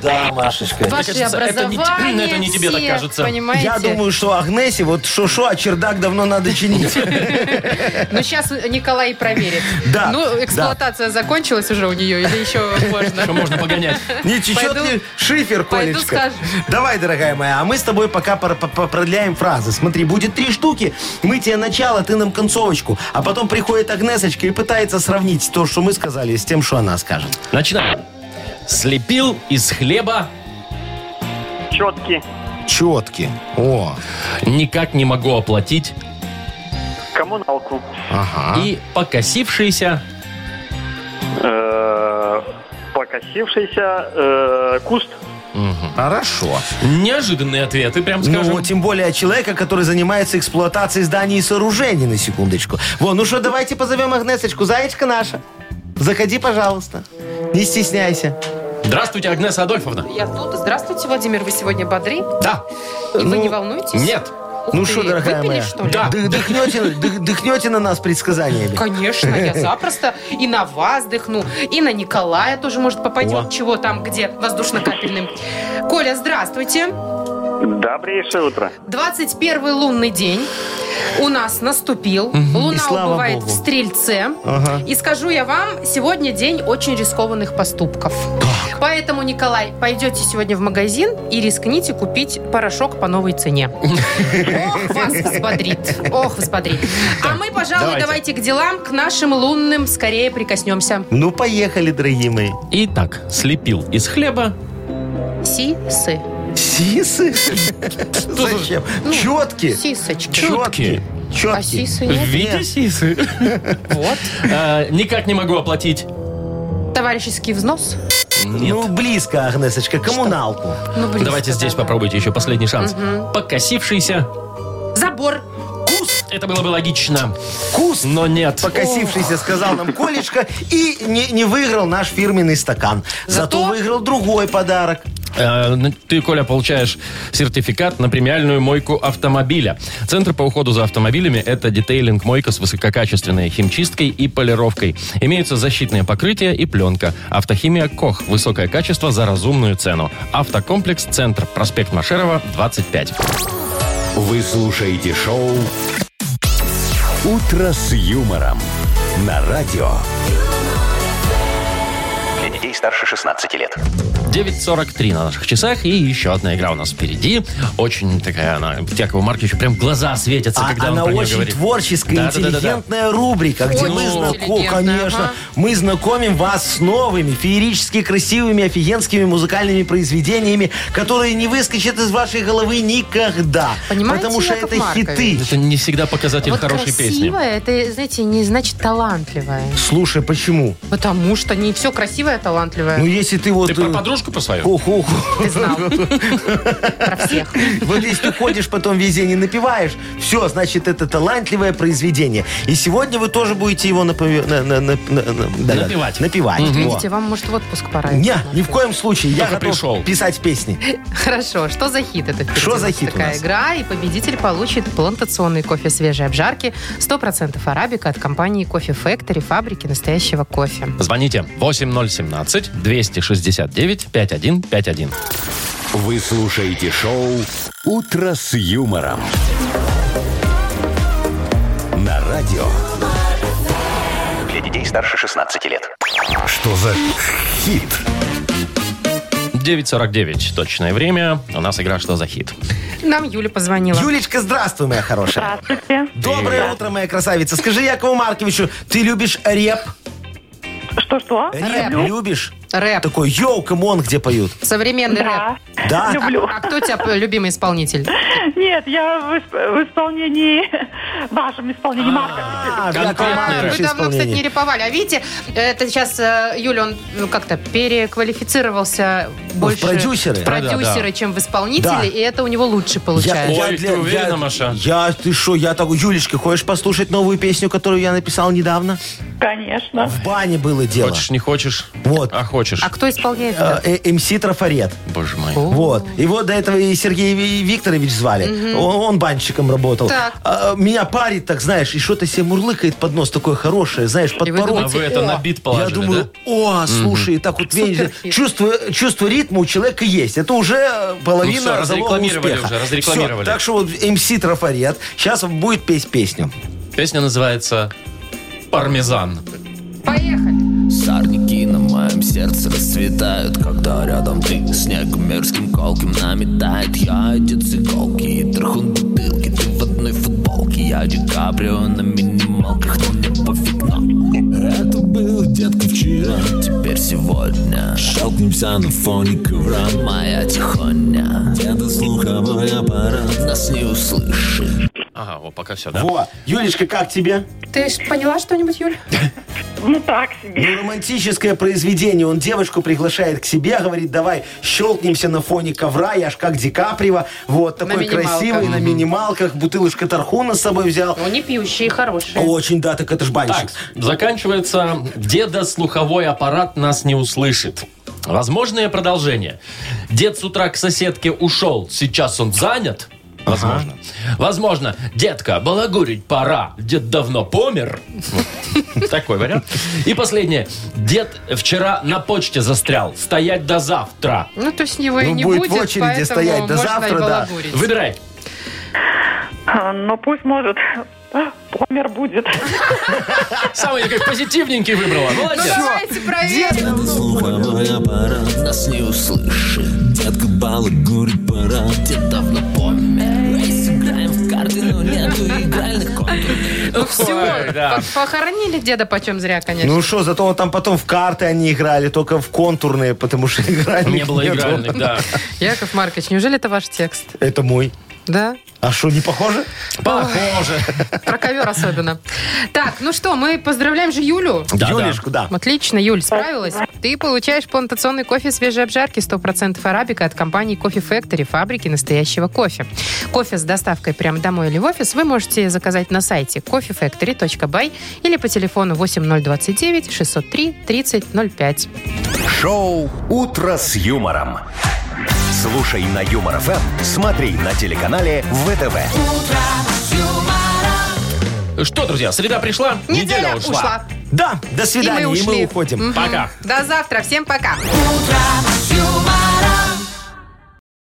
да, Машечка.
Ваше
кажется, это не те-
образование
это не тебе так
все,
кажется.
Понимаете?
Я думаю, что Агнесе вот шо-шо, а чердак давно надо чинить.
Ну, сейчас Николай проверит.
Да,
Ну,
да.
эксплуатация закончилась уже у нее или еще
Что
можно?
можно погонять.
Не течет
Пойду-
ли шифер,
пойду
Колечка?
скажу.
Давай, дорогая моя, а мы с тобой пока пор- по- по- продляем фразы. Смотри, будет три штуки. Мы тебе начало, ты нам концовочку. А потом приходит Агнесочка и пытается сравнить то, что мы сказали, с тем, что она скажет.
Начинаем. Слепил из хлеба
А.
Четки,
Четки. О,
никак не могу оплатить
коммуналку,
ага.
и покосившийся
э, покосившийся э, куст.
Хорошо.
неожиданные ответы, прям скажем.
Ну, вот тем более человека, который занимается эксплуатацией зданий и сооружений, на секундочку. Во, ну что, давайте позовем Агнесочку. Заячка наша. Заходи, пожалуйста. Не стесняйся.
Здравствуйте, Агнеса Адольфовна.
Я тут. Здравствуйте, Владимир. Вы сегодня бодры?
Да.
И вы
Ну,
не волнуетесь?
Нет.
Ух
Ну
ты,
что, дорогая
выпили,
моя?
что ли?
Да.
Дых- Дыхнете, дых- дыхнете на нас предсказаниями.
Конечно, я запросто и на вас дыхну, и на Николая тоже, может, попадет,
О.
чего там, где, воздушно-капельным. Коля, здравствуйте.
Добрейшее утро.
21 лунный день у нас наступил.
И
Луна
слава
убывает
богу.
в Стрельце.
Ага.
И скажу я вам, сегодня день очень рискованных поступков. Поэтому, Николай, пойдете сегодня в магазин и рискните купить порошок по новой цене. Ох, вас взбодрит. Ох, взбодрит. А мы, пожалуй,
давайте.
давайте к делам, к нашим лунным скорее прикоснемся.
Ну, поехали, дорогие мои.
Итак, слепил из хлеба.
Сисы.
Сисы? Зачем? Четки.
Сисочки.
Четки.
Ну, А
Четки.
сисы
В
нет?
виде сисы.
Вот.
Э, Никак не могу оплатить
Товарищеский взнос?
Ну, близко, Агнесочка, коммуналку.
Ну, близко,
Давайте здесь
да.
попробуйте еще последний шанс. Покосившийся.
Забор.
Кус,
Это было бы логично,
кус.
но нет.
Покосившийся сказал нам Колечка и не, не выиграл наш фирменный стакан. Зато,
Зато-
выиграл другой подарок.
Э, на- Ты, Коля, получаешь сертификат на премиальную мойку автомобиля. Центр по уходу за автомобилями – это детейлинг-мойка с высококачественной химчисткой и полировкой. Имеются защитные покрытия и пленка. Автохимия «Кох» – высокое качество за разумную цену. Автокомплекс «Центр», проспект Машерова, 25.
Вы слушаете шоу «Утро с юмором» на радио.
Для детей старше 16 лет.
9.43 на наших часах, и еще одна игра у нас впереди. Очень такая она, к Якову Марковичу прям глаза светятся,
А
когда
она
он про неё
очень
говорит.
творческая,
Да-да-да-да-да.
интеллигентная рубрика, где
Очень
мы, знаком-
интеллигентная,
конечно,
ага.
мы знакомим вас с новыми, феерически красивыми, офигенскими музыкальными произведениями, которые не выскочат из вашей головы никогда.
Понимаете,
потому что
Яков
это хиты.
Это не всегда показатель
Вот
хорошей песни.
красивая, это, знаете, не значит талантливая.
Слушай, почему?
Потому что не все красивое, талантливое.
Ну, если ты вот...
Ты про
э,
подружку по свою?
ху-ху-ху.
Ты знал. Про всех.
Вот если ты ходишь, потом везде не напиваешь, все, значит, это талантливое произведение. И сегодня вы тоже будете его напови- на- на- на- на- на- да,
Напевать.
Напевать. Во.
Видите, вам, может, в отпуск пора.
Не,
Яков
ни в коем случае. Я
Только
готов
пришел.
писать песни.
Хорошо, что за хит это? впереди
Что
у нас
за хит у
Такая
нас?
игра, и победитель получит плантационный кофе свежей обжарки 100% арабика от компании Кофе Factory, фабрики настоящего кофе.
Звоните 8017-269-5151.
Вы слушаете шоу «Утро с юмором» на радио.
Для детей старше 16 лет.
Что за хит?
9.49 точное время. У нас игра «Что за хит?».
Нам Юля позвонила.
Юлечка, здравствуй, моя хорошая.
Здравствуйте.
Доброе утро, моя красавица. Скажи Якову Марковичу, ты любишь реп?
Что-что?
Реп
Люблю.
любишь?
Рэп.
Такой йоу, камон, где поют.
Современный рэп.
Да.
Да?
Люблю.
А кто у тебя любимый исполнитель?
Нет, я в, исп- в исполнении, в вашем исполнении Марка.
А, в Якова
Конкретный
А,
Марковича
вы давно, кстати, не
исполнение.
реповали. А видите, это сейчас э, Юля, он ну, как-то переквалифицировался больше
продюсеры?
в продюсеры,
Да-да-да.
чем в исполнителя,
Да.
и это у него лучше получается.
Ой, ты уверена,
я-
Маша?
Я, ты что, я такой, Юлечка, хочешь послушать новую песню, которую я написал недавно?
Конечно.
В бане было дело. Э,
Хочешь, не хочешь?
Вот.
А хочешь?
А кто исполняет это?
МС Трафарет.
Боже мой.
Вот. Его до этого и Сергей Ви- Викторович звали. Он, он банщиком работал.
Так.
А, меня парит, так знаешь, и что-то себе мурлыкает под нос такое хорошее, знаешь, под
вы
порог.
А вы это на бит положили,
Я думаю,
да?
о, слушай, и так вот видишь,
Суперхит.
чувство, чувство ритма у человека есть. Это уже э,
Ну всё,
половина залога
разрекламировали
успеха.
уже, разрекламировали.
Всё, так что вот МС Трафарет сейчас будет петь песню.
Песня называется «Пармезан».
Поехали.
Сорняки на моем сердце расцветают Когда рядом ты Снег мерзким колким наметает Я одет с иголки и трахун бутылки Ты в одной футболке Я Ди Каприо на минималках Но мне пофиг, но Это был детка вчера Теперь сегодня Шелкнемся на фоне ковра Моя тихоня Это слуховой аппарат Нас не услышит
Ага, вот пока все, да?
Во. Юлечка, как тебе?
Ты ж поняла что-нибудь, Юль?
Ну так себе.
Ну, романтическое произведение. Он девочку приглашает к себе, говорит, давай щелкнемся на фоне ковра, я ж как Ди Каприо. Вот,
На
такой
минималках.
красивый, на минималках, бутылочка тархуна с собой взял.
Ну, не пьющие, хорошие.
Очень, да, так это ж банщик.
Так, заканчивается «Деда слуховой аппарат нас не услышит». Возможное продолжение. Дед с утра к соседке ушел, сейчас он занят. Возможно. Возможно. Детка, балагурить пора. Дед давно помер. Вот. Такой вариант. И последнее. Дед вчера на почте застрял. Стоять до завтра.
Ну, то есть его и
Ну,
не
будет в
будет,
очереди
поэтому
стоять
можно
до
и
завтра, да.
балагурить.
Выбирай.
А, Но пусть может. Помер будет.
Самый такой позитивненький выбрала.
Ну,
Молодец.
давайте проверим.
Слуховой аппарат нас не услышит Детка балагурит пора Дед давно помер Эй, сыграем в карты, но нету игральных контуров
Ой,
Все,
да.
похоронили деда почем зря, конечно.
Ну что, зато он там потом в карты они играли, только в контурные, потому что играли.
Не было игральных, да.
Яков Маркович, неужели это ваш текст?
Это мой.
Да?
А что, не похоже?
Похоже.
Про ковер особенно. Так, ну что, мы поздравляем же Юлю.
Да,
Юлечку, да.
Отлично, Юль, справилась. Ты получаешь плантационный кофе свежей обжарки 100% арабика от компании Coffee Factory, фабрики настоящего кофе. Кофе с доставкой прямо домой или в офис вы можете заказать на сайте coffeefactory.by или по телефону 8029 603 3005.
Шоу «Утро с юмором». Слушай на Юмор ФМ, смотри на телеканале ВТВ.
Что, друзья, среда пришла, неделя, ушла.
Да, до свидания, и мы,
ушли.
уходим.
Пока.
До завтра, всем пока.
humor.